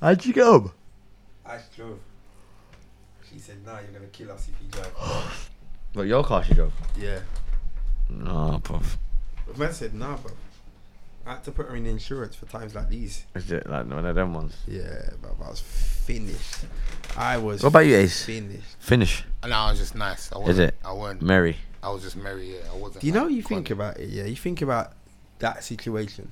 How'd you get home? I drove. She said, nah, you're gonna kill us if you drive. What, your car she drove? yeah. No, bruv. But man said, nah, bro. I had to put her in insurance for times like these. Is it like one of them ones? Yeah, but I was finished. I was What about you, Ace? finished. Finish. And I was just nice. I wasn't, Is it? I wasn't. Merry. I was just merry. Yeah, I wasn't. Do you know like, you think con- about it, yeah? You think about that situation.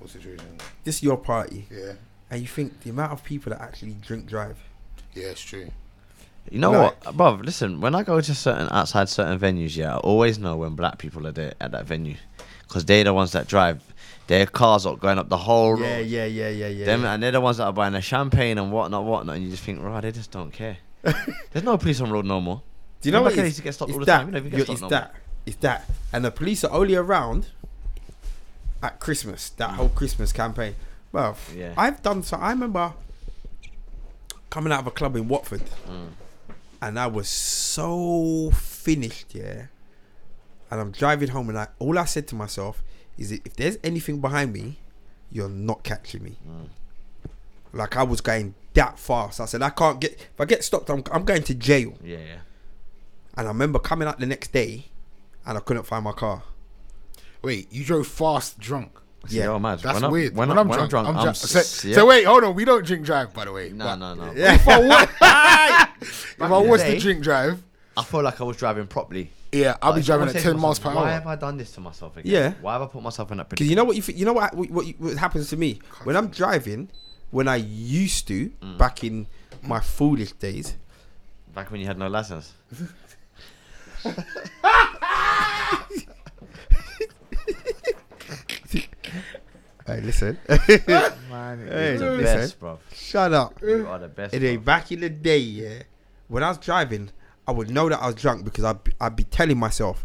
What situation? This is your party. Yeah, And you think the amount of people that actually drink drive. yeah, it's true. You know Like- what, bruv? Listen, when I go to certain outside certain venues, yeah, I always know when black people are there at that venue, because they're the ones that drive. Their cars are going up the whole Yeah, road. yeah, yeah, yeah, yeah. Them, yeah. and they're the ones that are buying the champagne and whatnot, whatnot. And you just think, right, they just don't care. There's no police on road no more. Do you know Remember what? Kelly it is? used to get stopped It's all the that. time? We don't even get Yo, stopped it's no more. that. It's that. And the police are only around at Christmas. That whole Christmas campaign. Well, Yeah. I've done so. I remember coming out of a club in Watford, Mm. and I was so finished, yeah. And I'm driving home, and I all I said to myself is, that if there's anything behind me, you're not catching me. Mm. Like I was going that fast. I said, I can't get. If I get stopped, I'm I'm going to jail. Yeah, yeah. And I remember coming out the next day, and I couldn't find my car. Wait, you drove fast, drunk. See, Yeah, you're mad. That's when I- weird. when, When, I, I'm, drunk, I'm drunk. so, s- yeah. so wait, hold on. We don't drink drive, by the way. No, but no, no. Yeah. If I was, if I was day. to drink drive, I feel like I was driving properly. yeah, I'll Like, be driving I at said to ten miles myself, per Why hour. have I done this to myself again? Yeah. Why have I put myself in that Because predicament? you know what you think, you know what what, what what happens to me when I'm driving. When I used to back in my foolish days, Back when you had no license. hey, listen, Man, Hey, you're the listen. best, bruv. shut up. You are the best. It ain't back in the day, yeah. When I was driving, I would know that I was drunk because I'd be, I'd be telling myself,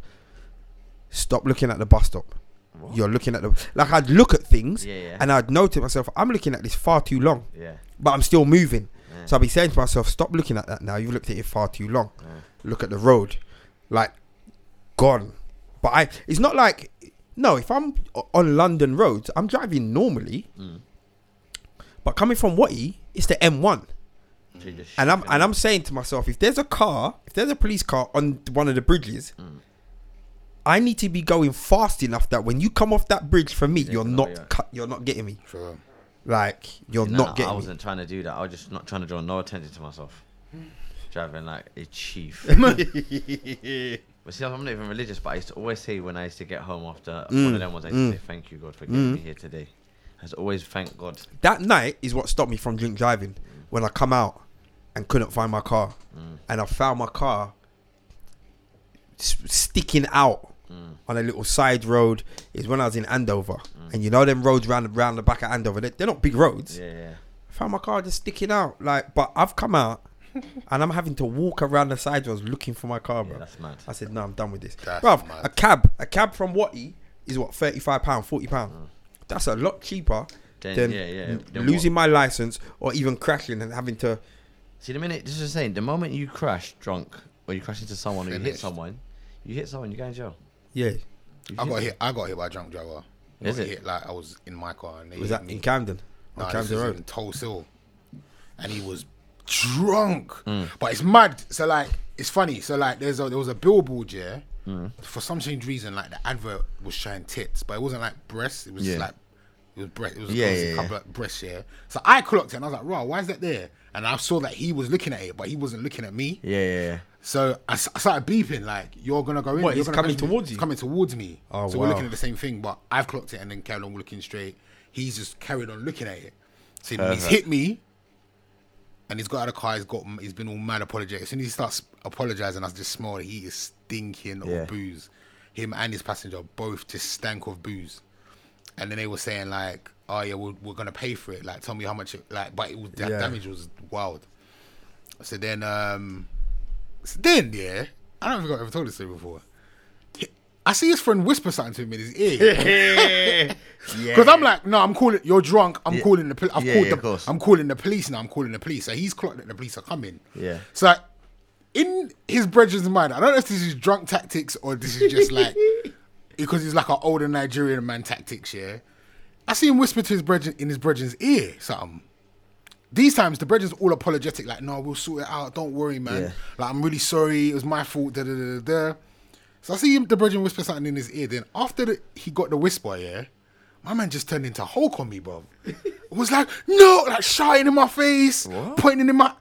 "Stop looking at the bus stop." What? You're looking at the like I'd look at things Yeah, yeah. and I'd know to myself, "I'm looking at this far too long," Yeah. but I'm still moving. Yeah. So I'll be saying to myself, stop looking at that now. You've looked at it far too long. Yeah. Look at the road. Like, gone. But I, it's not like, no, if I'm o- on London roads, I'm driving normally. Mm. But coming from Watty, it's the M1. So you just And I'm, shifting. and I'm saying to myself, if there's a car, if there's a police car on one of the bridges, Mm. I need to be going fast enough that when you come off that bridge for me, you're no, not yeah. cut, you're not getting me. Sure. Like you're No, not no, I getting me. wasn't trying to do that. I was just not trying to draw no attention to myself. Driving like a chief. but see, I'm not even religious, but I used to always say when I used to get home after Mm. one of them ones, I used to say, "Thank you, God, for getting me here today." I used to always thank God. that night is what stopped me from drink driving when I come out and couldn't find my car Mm. and I found my car s- sticking out Mm. on a little side road is when I was in Andover and you know them roads round, round the back of Andover they, they're not big roads Yeah, yeah. I found my car just sticking out like but I've come out and I'm having to walk around the side roads looking for my car bro yeah that's mad. I said no I'm done with this That's Bruv, mad. a cab a cab from Watty is what 35 pound 40 pound that's a lot cheaper Mm. Then, than yeah, yeah. l- then losing my what? license or even crashing and having to. See, the minute this is saying, the moment you crash drunk or you crash into someone or you hit Finished. someone, you hit someone, you go in jail. Yeah, You I got hit- hit. I got hit by a drunk driver. I Is got it? hit, like I was in my car and they was hit that me. in Camden? No, on this Camden was Road. in Tulse Hill. And he was drunk. Mm. But it's mad. So like it's funny. So like there's a there was a billboard, yeah. Mm. For some strange reason, like the advert was showing tits, but it wasn't like breasts, it was just Yeah. like it was breast it was Yeah, it was yeah, a couple yeah. of breasts, yeah. So I clocked it and I was like, raw, why is that there? And I saw that he was looking at it, but he wasn't looking at me. Yeah, yeah, yeah. So I, s- I started beeping like you're gonna go in. What, you're it's gonna coming catch me." towards you? It's coming towards me. Oh, so wow. we're looking at the same thing, but I've clocked it and then carried on looking straight. He's just carried on looking at it. So he's hit me, and he's got out of the car. He's got he's been all mad apologetic. As soon as he starts apologizing, I just smell that he is stinking Yeah. of booze. Him and his passenger both just stank of booze. And then they were saying like, "Oh yeah, we're, we're gonna pay for it. Like, tell me how much." It, like, but it was that Yeah. damage was wild. So then, um, so then, yeah, I don't think I've ever told this story before. I see his friend whisper something to him in his ear because I'm like, no, I'm calling. You're drunk. I'm calling the. Pol- I've Yeah, called yeah, the. of course. I'm calling the police now. I'm calling the police. So he's clocked that the police are coming. Yeah. So like, in his brethren's mind, I don't know if this is drunk tactics or this is just like because he's like an older Nigerian man tactics. Yeah. I see him whisper to his brethren in his brethren's ear something. These times the brethren's all apologetic, like, no, we'll sort it out. Don't worry, man. Yeah. Like, I'm really sorry. It was my fault. Da da da da. da. So I see him, the brethren whisper something in his ear. Then after the, he got the whisper, yeah, my man just turned into Hulk on me, bro. was like, no, like shouting in my face, pointing in my.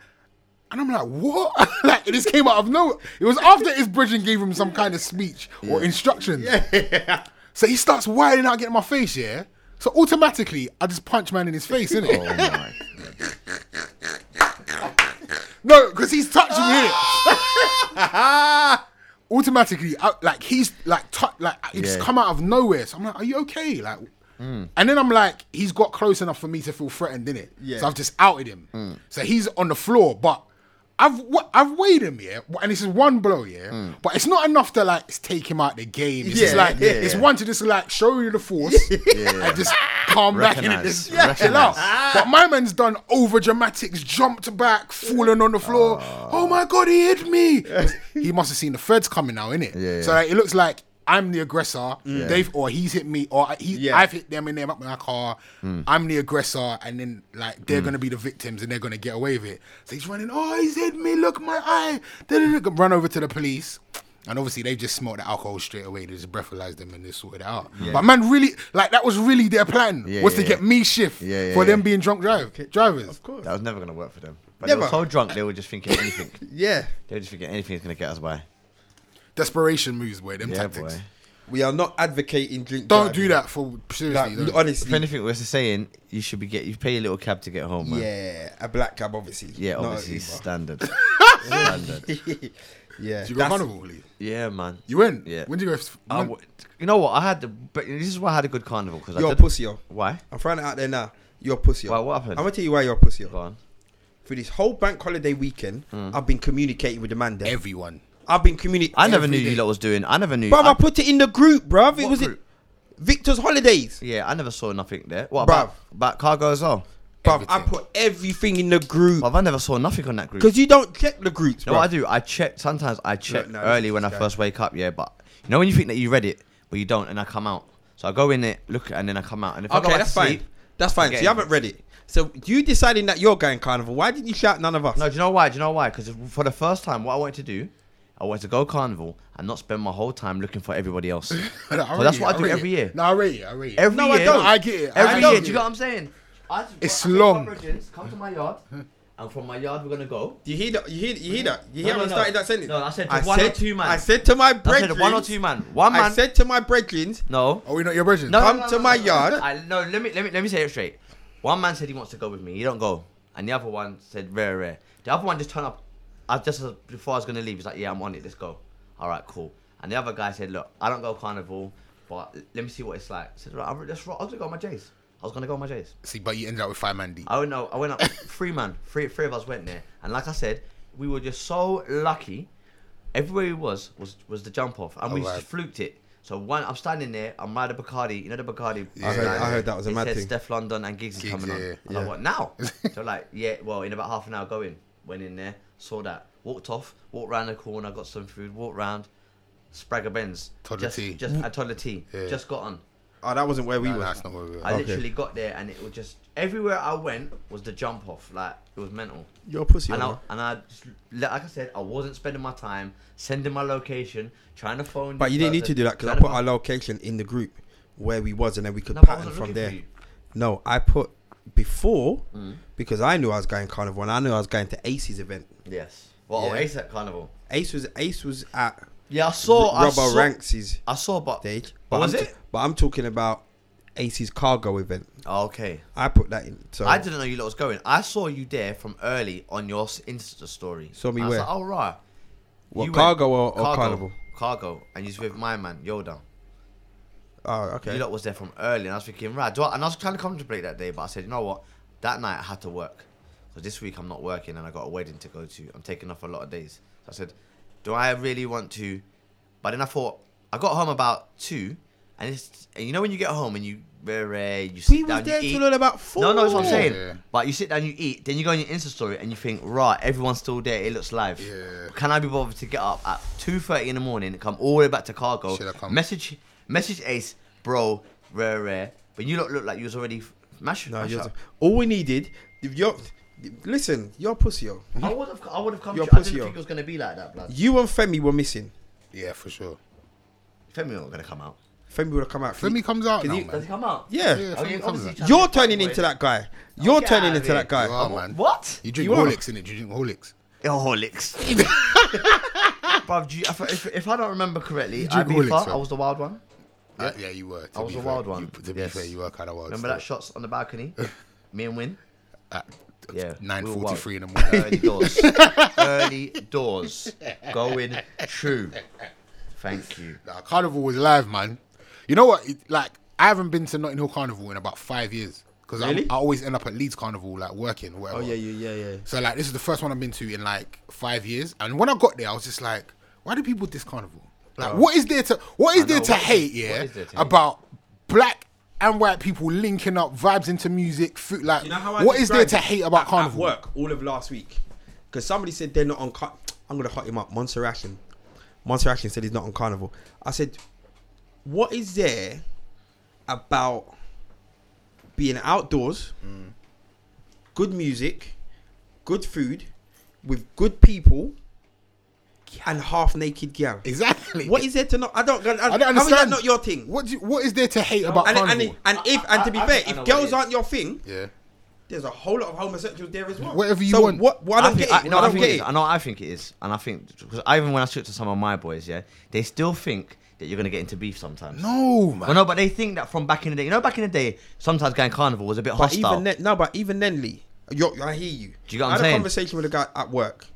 And I'm like, what? like, it just came out of nowhere. It was after his brethren gave him some kind of speech or instructions. So he starts wilding out, getting my face, yeah? So automatically, I just punch man in his face, innit? Oh my. No, because he's touching me. Automatically, I, like he's like tou- like it's Yeah. come out of nowhere. So I'm like, "Are you okay?" Like, Mm. and then I'm like, he's got close enough for me to feel threatened, didn't it? Yeah. Mm. So I've just outed him. So he's on the floor, but I've wa- I've weighed him, yeah, and this is one blow, yeah. But it's not enough to like take him out the game. It's just Mm. Yeah, like yeah, it's yeah. one to just like show you the force and just calm back in it. Recognise, Just chill out. But my man's done over dramatics, jumped back, fallen on the floor. Ah. Oh, my god, he hit me. he must have seen the feds coming now, innit? Yeah, So yeah. like, it looks like I'm the aggressor. They've or he's hit me or he, Yeah. I've hit them and they're up in my car. Hmm. I'm the aggressor, and then like they're gonna be the victims and they're gonna get away with it. So he's running. Oh, he's hit me. Look, my eye. Da-da-da. Run over to the police. And obviously they just smelled the alcohol straight away. They just breathalyzed them and they sorted it out. But man, really, like that was really their plan Yeah, was to yeah, get yeah. me shift Yeah, yeah, for them yeah. being drunk drive, drivers. course. That was never gonna work for them. But they were Never. so drunk they were just thinking anything. Yeah. they were just thinking anything's gonna get us by. Desperation moves, boy. Them Yeah, tactics. boy. We are not advocating drink. Don't driving. do that for seriously. Like, don't. If honestly, anything, we're saying you should be get you pay a little cab to get home, man. yeah, a black cab, obviously. Yeah, Not obviously Uber. standard. standard. yeah, you go that's- carnival, Lee? Yeah, man. You went. Yeah. When did you go? I when- w- you know what? I had the. But this is why I had a good carnival because I You're a did. pussy, yo. Why? I'm throwing it out there now. You're a pussy. yo. Why, what happened? I'm gonna tell you why you're a pussy. yo. Go on. For this whole bank holiday weekend, Mm. I've been communicating with the man there. Everyone. I've been communicating. I never knew you lot was doing. I never knew. Bruv, I, I- put it in the group, bruv. It What was in group? Victor's holidays. yeah, I never saw nothing there. What Bruv. about, about cargo as well? Bruv, I Everything. put everything in the group. Bruv, I never saw nothing on that group. Because you don't check the groups, No, bruv. I do. I check. Sometimes I check no, this early is when I this guy. first wake up. Yeah, but you know when you think that you read it, but you don't, and I come out. So I go in it, look, and then I come out. And if I go Okay, back that's to fine. sleep, That's fine. So forget you it. haven't read it. So you deciding that you're going carnival. Why didn't you shout none of us? No, do you know why? Do you know why? Because for the first time, what I wanted to do, I wanted to go carnival and not spend my whole time looking for everybody else. so I rate that's it, what I do rate every it. year. No, I rate it. I rate it. Every No, I year. don't. I get it. I Every don't year. get Do you it. know what I'm saying? I just- It's I said, long. "Congratulations, Come to my yard, and from my yard we're gonna go. Do you hear that? You hear? You hear that? You hear? No, no, how I no. started that sentence. No, I said to one or two man. I said to my I brethren. said one or two man. One I man. said to my brethren. no. Are we not your brethren? No, Come no, no, to no, my no. yard. I, no, let me let me let me say it straight. One man said he wants to go with me. He don't go, and the other one said rare, rare. The other one just turned up. I just as- before I was gonna leave, he's like, yeah, I'm on it. Let's go. All right, cool. And the other guy said, look, I don't go carnival, but l- let me see what it's like. I said, right, I'm, let's rock. I was gonna go on my J's. I was gonna go on my J's. See, but you ended up with five man deep. I went out, I went up three man, three three of us went there, and like I said, we were just so lucky. Everywhere we was was was the jump off, and we Oh, right. just fluked it. So one, I'm standing there, I'm by the Bacardi, you know the Bacardi. I heard- I heard that was a it mad said thing. Steph London and Giggs is Giggs, coming on. yeah, I'm yeah. like, what now? so like, yeah, well, in about half an hour going, went in there, saw that, walked off, walked round the corner, got some food, walked round, Spragger Benz, Toddler just, tea. just I toddler tea, Yeah. just got on. Oh, that wasn't where we No, were. no, that's not where we were. I Okay. literally got there and it was just everywhere I went was the jump off. Like it was mental. You're a pussy. And you I, know. and I just, like I said, I wasn't spending my time sending my location, trying to phone. But this you didn't need to person, do that because I trying put to our phone- location in the group where we was, and then we could No, but I pattern wasn't from looking there. for you. No, I put before Mm. because I knew I was going carnival, and I knew I was going to Ace's event. Yes. Well, Yeah. oh, ASAP Carnival. Ace was Ace was at Yeah, I saw. Oh, I Robbo saw, Ranks' I saw, but stage. But But was I'm t- it? but I'm talking about Ace's cargo event. Oh, okay. I put that in. So I didn't know you lot was going. I saw you there from early on your s- Insta story. Saw me And I was where? Like, oh right. What, You cargo or- or carnival? Cargo, and you was with my man Yoda. Oh, You okay. lot was there from early, and I was thinking, right, do I, and I was trying to contemplate that day, but I said, you know what, that night I had to work. Because this week I'm not working and I got a wedding to go to. I'm taking off a lot of days. So I said, do I really want to? But then I thought, I got home about two, and it's, and you know when you get home and you, you sit we was down, you there eat. till all about four. No, no, that's what I'm saying. Yeah. But you sit down, you eat, then you go on your Insta story and you think, right, everyone's still there. It looks live. Yeah. Can I be bothered to get up at two thirty in the morning, come all the way back to Cargo, Should I come? message, message Ace, bro, rare, rare. But you lot look like you was already f- mashed. No, mashed yours- up. all we needed. If you're Listen, you're pussy, yo. I would have. I would have come. You're to, I didn't pussy, yo. think it was gonna be like that, blood. You and Femi were missing. Yeah, for sure. Femi not gonna come out. Femi would have come out. Femi comes out Can now, you- Does he man. come out? Yeah. Yeah, Oh, you Femi obviously comes out. trying to You're get back turning with- into that guy. You're get out turning of into here. that guy. You are, Oh, man. What? You drink You are. Horlicks in it. You drink Horlicks. Oh, licks. Bruv, do you, if, if, if I don't remember correctly, drink Ibiza, all licks, fam. I was the wild one. Yeah, yeah you were. to I was be a fair. wild one, You, to be yes. fair, you were kind of wild. Remember that shots on the balcony? Me and Win. that? Yeah, we were Nine forty-three in the wild. morning. Early doors. Early doors. Going true. Thank you. Nah, Carnival was live, man. You know what? It- like, I haven't been to Notting Hill Carnival in about five years because Really? I always end up at Leeds Carnival, like working, whatever. Oh yeah, yeah, yeah, yeah. So like, this is the first one I've been to in like five years, and when I got there, I was just like, why do people diss Carnival? Like, what is there to what is Oh. I there know, to what is- hate? what Yeah, is there to hate? about black. And white people linking up vibes into music, food, like You know how I what is there described to it hate at- about at carnival? work all of last week because somebody said they're not on. Car- I'm gonna hot him up, Monster Ashen. Monster Ashen said he's not on carnival. I said, what is there about being outdoors, good music, good food, with good people, and half naked girl? Exactly. What is there to not? I don't. I, I I don't How is understand. that not your thing? What do you, what is there to hate about and, carnival? and, and if and to be I- I- fair, I know if what it girls is. aren't your thing, yeah. there's a whole lot of homosexuals there as well. Whatever you so want. What, what I don't think- get it. no, I don't think get it is. it. I know what I think it is, and I think because even when I talk to some of my boys, yeah, they still think that you're gonna get into beef sometimes. No, man. Well, no, but they think that from back in the day. You know, back in the day, sometimes going carnival was a bit But hostile. even then, no, but even then, Lee, you're, I hear you. Do you get what I had I'm saying? a conversation with a guy at work,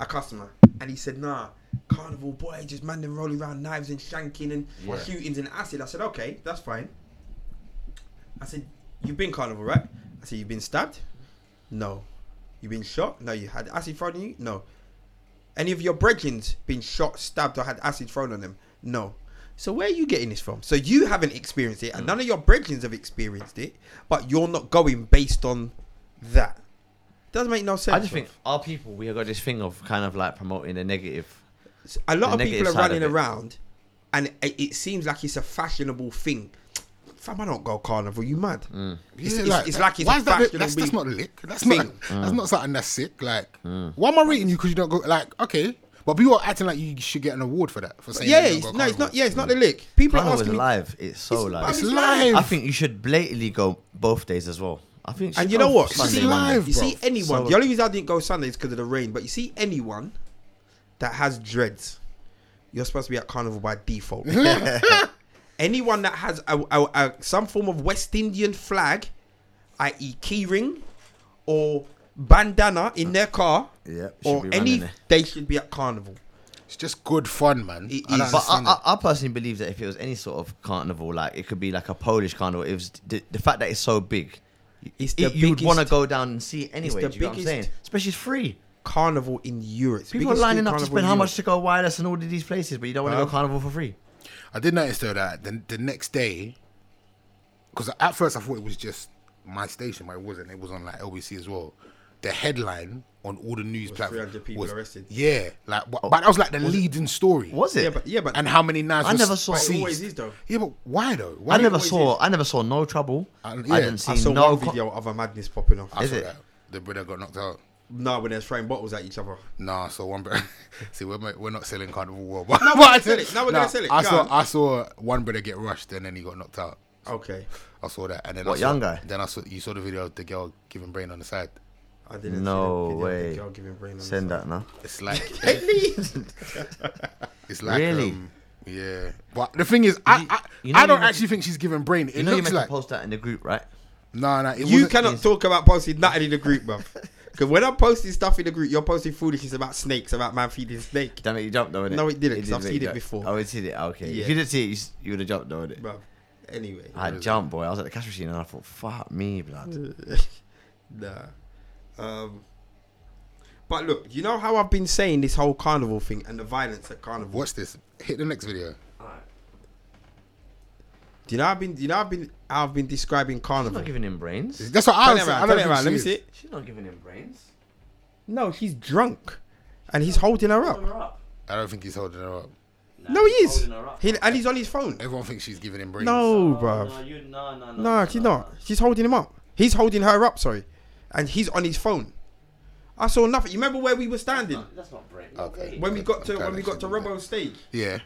a customer, and he said, "Nah, carnival boy, just man them rolling around knives and shanking and Yeah. shootings and acid." I said, "Okay, that's fine." I said, "You've been carnival, right?" I said, "You've been stabbed." No. You've been shot? No. You had acid thrown on you? No. Any of your brethrens been shot, stabbed, or had acid thrown on them? No. So where are you getting this from? So you haven't experienced it, Mm. and none of your brethrens have experienced it, but you're not going based on that. Doesn't make no sense. I just bruv. think our people, we have got this thing of kind of like promoting the negative. a lot the of people negative are side running of it. around, and it, it seems like it's a fashionable thing. Fam, I don't go carnival. You mad? Mm. It's, Yeah, it's- it's like it's why a is that bit- fashionable. that's, that's not lick. That's not thing. that's not something that's sick. Like, Mm. why am I rating you because you don't go? Like, okay, but people are acting like you should get an award for that. For saying yeah, that you it's, don't go no, it's carnival. not. Yeah, it's not the lick. People are Mm. Carnival is asking me, live. It's so It's- live. It's It's live. I think you should blatantly go both days as well. I think. you should And you know go what? you Sunday, It's see, Monday. live, you see bruv. anyone. So- the only reason I didn't go Sunday is because of the rain. But you see anyone that has dreads, you're supposed to be at carnival by default. anyone that has a, a- a- some form of West Indian flag, i.e., keyring or bandana in their car, Yeah, should or be running any, there. they should be at carnival. It's just good fun, man. It I don't is. uh, But I, understand I, I personally believe that if it was any sort of carnival, like it could be like a Polish carnival, it was the, the fact that it's so big. It's the It, you would want to biggest- go down and see it anyway. the do you know what I'm biggest- saying? Especially it's free. Carnival in Europe. It's the People are biggest street lining up to carnival spend in how Europe. much to go wireless and all of these places, but you don't want to Huh? go carnival for free. I did notice though that the, the next day, because at first I thought it was just my station, but it wasn't. It was on like LBC as well. The headline on all the news platforms 300 people was arrested. Yeah, like Oh, but, but that was like the leading story. Was it? Yeah, but yeah, but And how many knives? I were never saw it. It seized. always is, though. Yeah, but why though? Why I do- never always saw. is. I never saw no trouble. I- I yeah. didn't see I saw no one co- video of a madness popping off. I Is saw it? that. The brother got knocked out. No, when they're throwing bottles at each other. Nah, I saw one brother. See, we're, we're not selling Carnival War. But, we're but I gonna sell did- it. Now we're nah, gonna sell it. I Go saw, on. I saw one brother get rushed and then he got knocked out. Okay. I saw that. And then What, I saw, young guy? Then I saw you saw the video of the girl giving brain on the side. I didn't see No the video of the way. girl giving brain on the Send side. that now. It's like it's like Really? um, yeah. But the thing is, I I, you know I don't you- actually think she's giving brain. It You know you looks meant like to post that in the group, right? no, no. It You wasn't- cannot talk about posting nothing in the group, bruv. Because when I'm posting stuff in the group, you're posting foolishness about snakes, about man feeding snake. Damn it, you jumped though, innit? No, it didn't, 'cause I've make seen you it jump. before. Oh, it did it. Okay. If Yeah. you didn't see it, you, s- you would have jumped though, innit? Bruv. Anyway. I jumped, boy. I was at the cash machine and I thought, fuck me, blood. nah. Um, but look, you know how I've been saying this whole carnival thing and the violence at carnival? Watch this. Hit the next video. Do you know I've been you know I've been I've been describing She's carnival. not giving him brains. That's what I Turn was it saying. around, I don't turn it think around, she let me is. see it. She's not giving him brains. No, he's drunk. And he's holding her up. I don't think he's holding her up. No, he is. Holding her up. He, and he's on his phone. Everyone thinks she's giving him brains. No, bruv. you, Oh, no, no, No, she's not. She's holding him up. He's holding her up, sorry. And he's on his phone. I saw nothing. You remember where we were standing That's not break. Okay. when we got to I'm glad when we I got to said that. Robbo's stage, Yeah.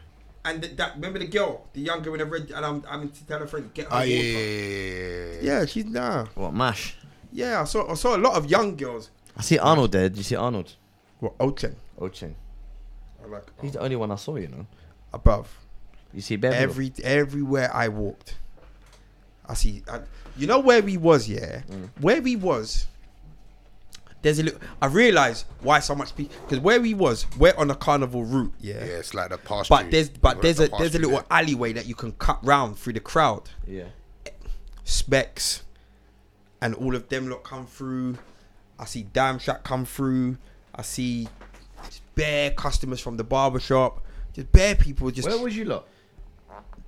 and th- that remember the girl, the young girl in the red, and I'm I'm to tell her friend get her Oh, water. yeah, yeah, yeah, yeah, yeah. Yeah, she's nah. What mash? Yeah, I saw I saw a lot of young girls. I see Arnold there. Did you see Arnold? What Ochen? Ocheng. I like uh, He's the only one I saw. You know. above. You see Beverly. Every everywhere I walked, I see. I, you know where we was, yeah. Where we was, there's a little. I realized why so much people because where we was, we're on a carnival route, yeah. Yeah, it's like the past. But there's but there's a there's a little alleyway that you can cut round through the crowd. Yeah. Specs, and all of them lot come through. I see Damn Shack come through. I see bare customers from the barber shop. Just bare people. Just Where was you lot?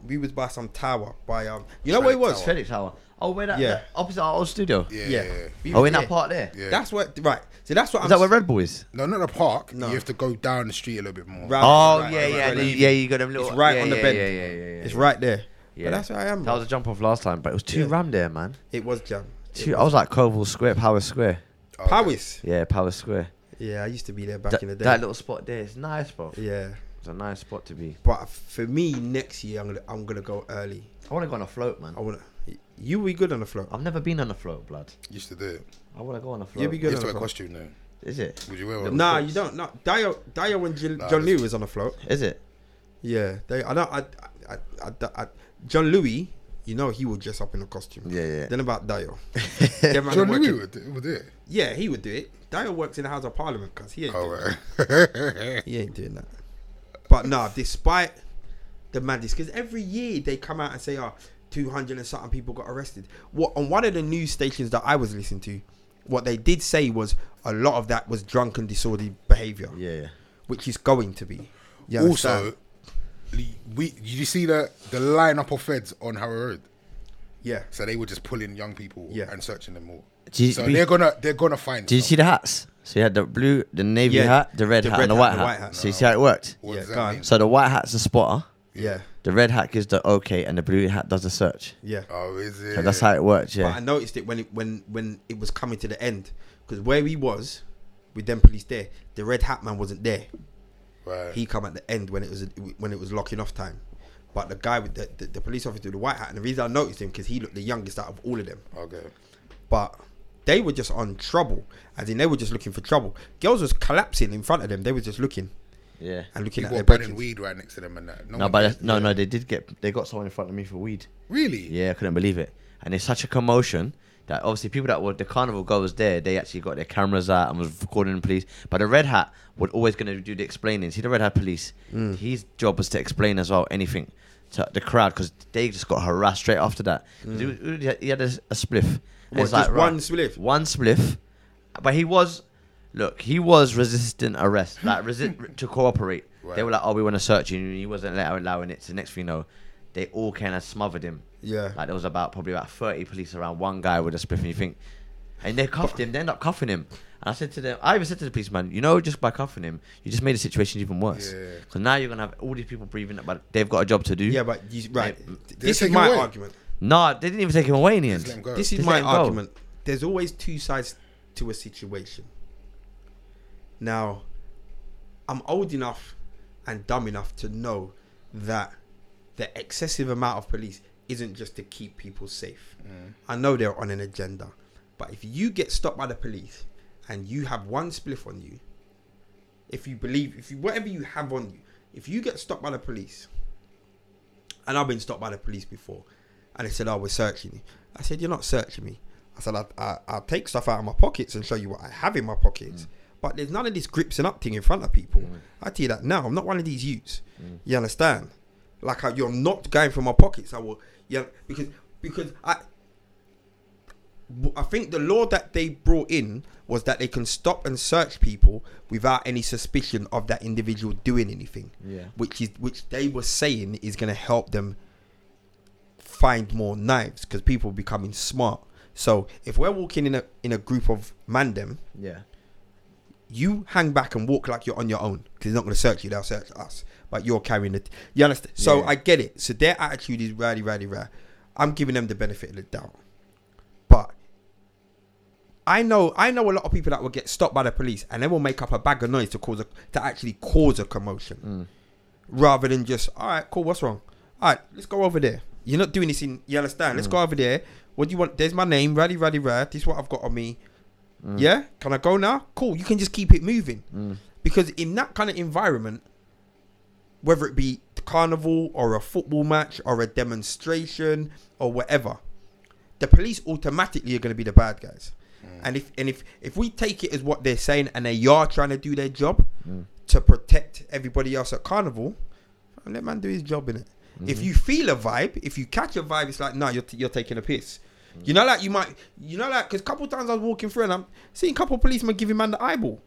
we was by some tower by um. You know where it was? Felix Tower. Oh, where that? Yeah. that- opposite our old studio. Yeah, Yeah. yeah. yeah. We Oh, was in there. that part there. Yeah. That's what right. So that's what Is I'm. that where Red Bull is? No, not the park. No. You have to go down the street a little bit more. Round- Oh Right, yeah, right, yeah, right. the- yeah. You got them little. It's right yeah, on the yeah, bend. Yeah, yeah, yeah. yeah, It's yeah. right there. Yeah. Yeah. that's where I am. That was a bro. jump off last time, but it was too Yeah. ram there, man. it was jam. It Too, I was like Koval Square, Power Square. Okay. Powis. Yeah, Power Square. Yeah, I used to be there back That, in the day. that little spot there is nice, bro. yeah, It's a nice spot to be. but for me next year I'm gonna I'm gonna go early. I want to go on a float, man. I wanna. You will be good on the float. I've never been on a float, blood. Used to do it. I want to go on a float. You'll be You good have on the to wear a float. costume though. Is it? Would you wear one? Nah, you don't. No, Dio, Dio and Jil, Nah, John this- Louis was on the float. Is it? Yeah, they. I don't. I. I. I, I, I John Louis, you know he will dress up in a costume. Yeah, yeah. Then about Dio. Them man John working- Louis would, do- would do it. Yeah, he would do it. Dio works in the House of Parliament because he ain't Oh, doing that. right. he ain't doing that. But nah, despite the madness, because every year they come out and say, "Oh, 200 and something people got arrested." What on one of the news stations that I was listening to, what they did say was a lot of that was drunk and disorderly behaviour, Yeah, yeah. which is going to be. You also, understand? we did you see the the lineup of feds on Harrow Road? yeah, So they were just pulling young people Yeah. and searching them all. Do you- so we- they're gonna they're gonna find. Did you see some. the hats? So you had the blue, the navy Yeah, hat, the red the hat, red and the hat white and the hat. white hat. So you see how it worked? What Yeah, does go on. that mean? So the white hat's the spotter, yeah, the red hat gives the okay, and the blue hat does the search. yeah. Oh, is it? So that's how it worked, But I yeah. noticed it when it when when it was coming to the end, because where he was, with them police there, the red hat man wasn't there. Right. he come at the end when it was when it was locking off time. But the guy with the, the, the police officer with the white hat, and the reason I noticed him because he looked the youngest out of all of them. okay. But they were just on trouble, as in they were just looking for trouble. Girls was collapsing in front of them. They were just looking Yeah. and looking People were at their burning breath. weed right next to them and that. No, one but cares. that's- no, no, they did get they got someone in front of me for weed. Really? Yeah, I couldn't believe it. And it's such a commotion that obviously people that were the carnival goers there, they actually got their cameras out and was recording the police. But the red hat was always going to do the explaining. See, the red hat police, Mm. his job was to explain as well anything to the crowd because they just got harassed straight after that. 'Cause He, he had- he had a, a spliff. And Mm. What, it's just right, one spliff? One spliff. But he was, look, he was resistant arrest, like resi- to cooperate. They Right. were like, oh, we want to search you, and he wasn't allow- allowing it. So next thing you know, they all kind of smothered him. Yeah. Like there was about probably about thirty police around one guy with a spliff, and you think, and they cuffed him. They end up cuffing him. And I said to them, I even said to the policeman, you know, just by cuffing him, you just made the situation even worse. Yeah. So now you're gonna have all these people breathing, but they've got a job to do. Yeah, but you, right. They- This take is him my away. argument. Nah, they didn't even take him away in the Just let 'em end. go. This is Just my let it go. argument. There's always two sides to a situation. Now, I'm old enough and dumb enough to know that the excessive amount of police isn't just to keep people safe. I know they're on an agenda, but if you get stopped by the police and you have one spliff on you, if you believe, if you whatever you have on you, if you get stopped by the police, and I've been stopped by the police before, and they said, "Oh, we're searching you." I said, "You're not searching me." I said, I, I, "I'll take stuff out of my pockets and show you what I have in my pockets." But there's none of this grips and up thing in front of people. I tell you that now. I'm not one of these youths. You understand? Like I, you're not going from my pockets. I will. Yeah, because because I w- I think the law that they brought in was that they can stop and search people without any suspicion of that individual doing anything. Yeah. Which is which they were saying is going to help them find more knives because people are becoming smart. So if we're walking in a in a group of mandem, Yeah. you hang back and walk like you're on your own because they're not going to search you. They'll search us, but you're carrying it. You understand? So Yeah. I get it. So their attitude is really, really rare. I'm giving them the benefit of the doubt, but I know, I know a lot of people that will get stopped by the police, and they will make up a bag of noise to cause a, to actually cause a commotion, rather than just all right, cool, what's wrong? All right, let's go over there. You're not doing this in, you understand? Let's go over there. What do you want? There's my name, Raddy Raddy Rad. This is what I've got on me. Yeah, can I go now? Cool. You can just keep it moving because in that kind of environment, whether it be the carnival or a football match or a demonstration or whatever, the police automatically are going to be the bad guys. And if and if if we take it as what they're saying and they are trying to do their job to protect everybody else at carnival, fam, let man do his job in it. If you feel a vibe, if you catch a vibe, it's like no, you're t- you're taking a piss. You know, like you might, you know, like because couple times I was walking through and I'm seeing couple policemen giving man the eyeball.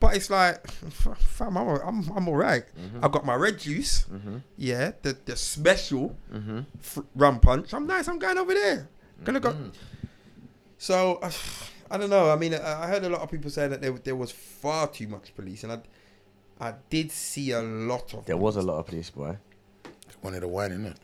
But it's like, fam, I'm, I'm, I'm all right. I've got my red juice. Yeah, the, the special fr- rum punch. I'm nice. I'm going over there. Gonna go. So I, I don't know. I mean, I I heard a lot of people say that there, there was far too much police, and I, I did see a lot of. There was a lot of police, boy. They wanted a wine, innit?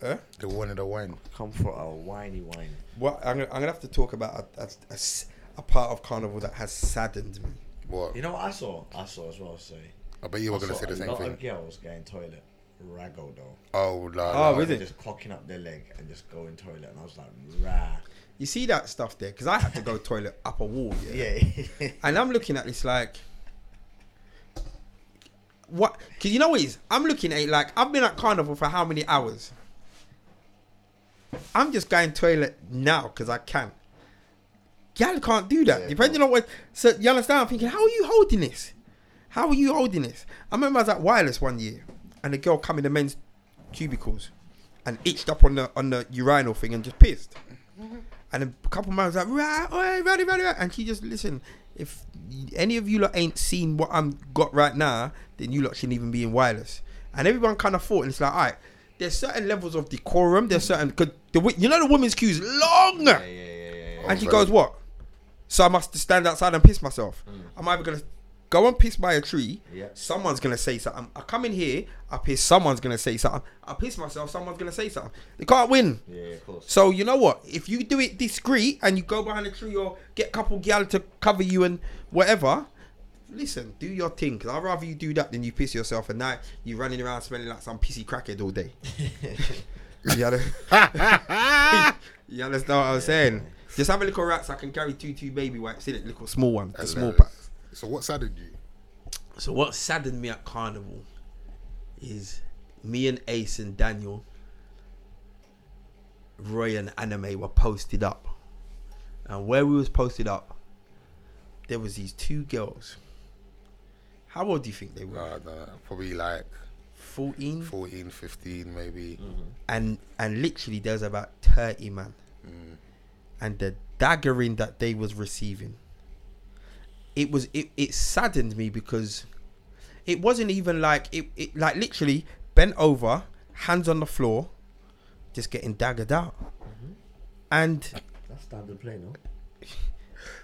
Huh? They wanted a wine. Come for a whiny wine. What I'm gonna, I'm gonna have to talk about a, a, a s- a part of carnival that has saddened me. What? You know what I saw? I saw as well. Sorry. I bet you were I going to saw say the a same lot thing. of girls going toilet, raggle though. Oh, la, Ah, Oh, la. is it? Just cocking up their leg and just going toilet, and I was like, rah. You see that stuff there? Because I had to go toilet up a wall. Yeah. Yeah. And I'm looking at this like, what? Because you know what it is? I'm looking at it like, I've been at carnival for how many hours? I'm just going toilet now because I can. Y'all can't do that. Yeah, Depending on what. So, you understand? I'm thinking, how are you holding this? How are you holding this? I remember I was at Wireless one year and a girl come in the men's cubicles and itched up on the on the urinal thing and just pissed. And a couple of man was like, right, oi, ready, ready, ready. And she just, listen, if any of you lot ain't seen what I'm got right now, then you lot shouldn't even be in wireless. And everyone kind of thought, and it's like, all right, there's certain levels of decorum. There's certain, cause the wo- you know the women's queue's long. yeah, yeah, yeah, And she Right. goes, what? So I must stand outside and piss myself. I'm either gonna go and piss by a tree. Yeah. Someone's gonna say something. I come in here, I piss. Someone's gonna say something. I piss myself. Someone's gonna say something. They can't win. yeah. Yeah, of course. So you know what? If you do it discreet and you go behind a tree or get a couple gal to cover you and whatever, listen, do your thing. Cause I'd rather you do that than you piss yourself and now you're running around smelling like some pissy crackhead all day. you, under- you understand what I'm saying? Just have a little rat so I can carry two two baby wipes in it, little small one, the small Hilarious. pack. So what side did you? So what saddened me at carnival is me and Ace and Daniel, Roy and Anime were posted up, and where we was posted up, there was these two girls. How old do you think they were? Uh, no, probably like Fourteen, Mm. 14, 15 maybe. Mm-hmm. and and literally there's about thirty man, and the daggering that they was receiving. It was it, it saddened me because it wasn't even like it, it like literally bent over, hands on the floor, just getting daggered out, and That's standard play, no?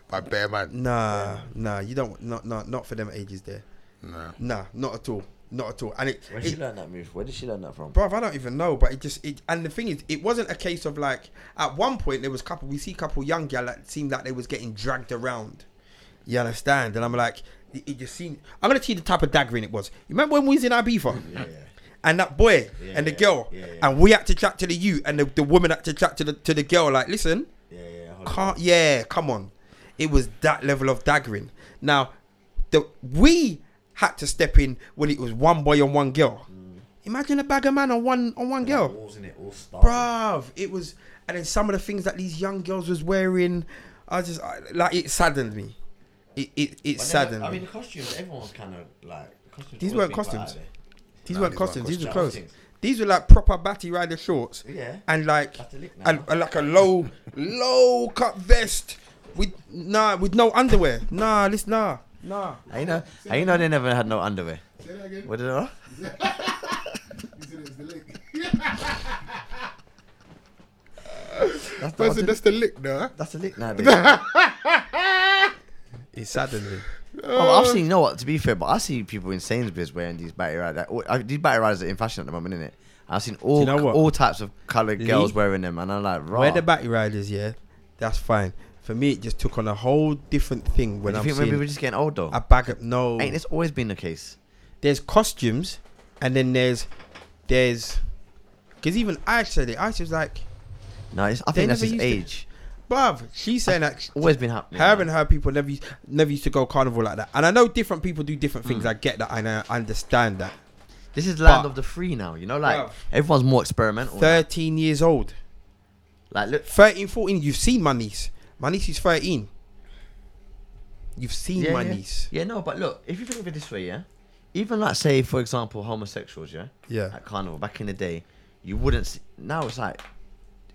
By bare man. nah nah you don't not not not for them ages there No. nah not at all not at all and it, Where it- did she learn that move? Where did she learn that from? Bruv, I don't even know, but it just it and the thing is, it wasn't a case of like at one point there was couple we see couple young gal that seemed like they was getting dragged around. You understand? And I'm like, it, it just seemed I'm gonna tell you the type of daggering it was. You remember when we was in Ibiza? Yeah, yeah. And that boy Yeah, and the yeah. girl Yeah, yeah. and we had to chat to the you and the, the woman had to chat to the to the girl like, listen, Yeah, yeah. hold on. can't yeah, come on. It was that level of daggering. Now, the we had to step in when it was one boy on one girl. Mm. Imagine a bag of man on one on one Like girl. Walls in it, all started. Bruv, it was, and then some of the things that these young girls was wearing, I just I, like it saddened me. It it, it But then, saddened I mean, me. the costumes, everyone's kind of like. Costumes These always weren't been quite costumes. out there. These Nah, weren't these costumes; weren't these were costumes. clothes. These were like proper Batty Rider shorts, Yeah. and like That's the lick now. and, and like a low low cut vest with nah with no underwear. Nah, listen, nah, nah. I ain't know, I ain't know they never had no underwear. Say that again. What did I? You said it was the lick. That's the, Person, that's the lick, no? that's the lick now. babe. It saddened me. oh, I've seen, you know what, to be fair, but I see people in Sainsbury's wearing these battery riders. uh, These battery riders are in fashion at the moment, innit? I've seen all you know what? all types of coloured Lee? girls wearing them, and I'm like, right. Where the batty riders, yeah, that's fine. For me, it just took on a whole different thing when Do you I'm think maybe we're seeing just getting old though? a bag of no. Ain't this always been the case? there's costumes, and then there's there's because even I said it. I was like, No, it's, I They think that's never his used to- age. bruv, she's saying that Always been happening. her man. and her people never used, never used to go carnival like that. And I know different people do different Mm. things. I get that, and I understand that. This is land But- of the free now, you know. Like Bruv. everyone's more experimental. now. Thirteen years old, Like look, 13, 14, You've seen my niece. My niece is thirteen. You've seen yeah, my yeah. niece. yeah, no, but look, if you think of it this way, yeah, even like say for example homosexuals, yeah, Yeah. at carnival back in the day, you wouldn't. See, now it's like,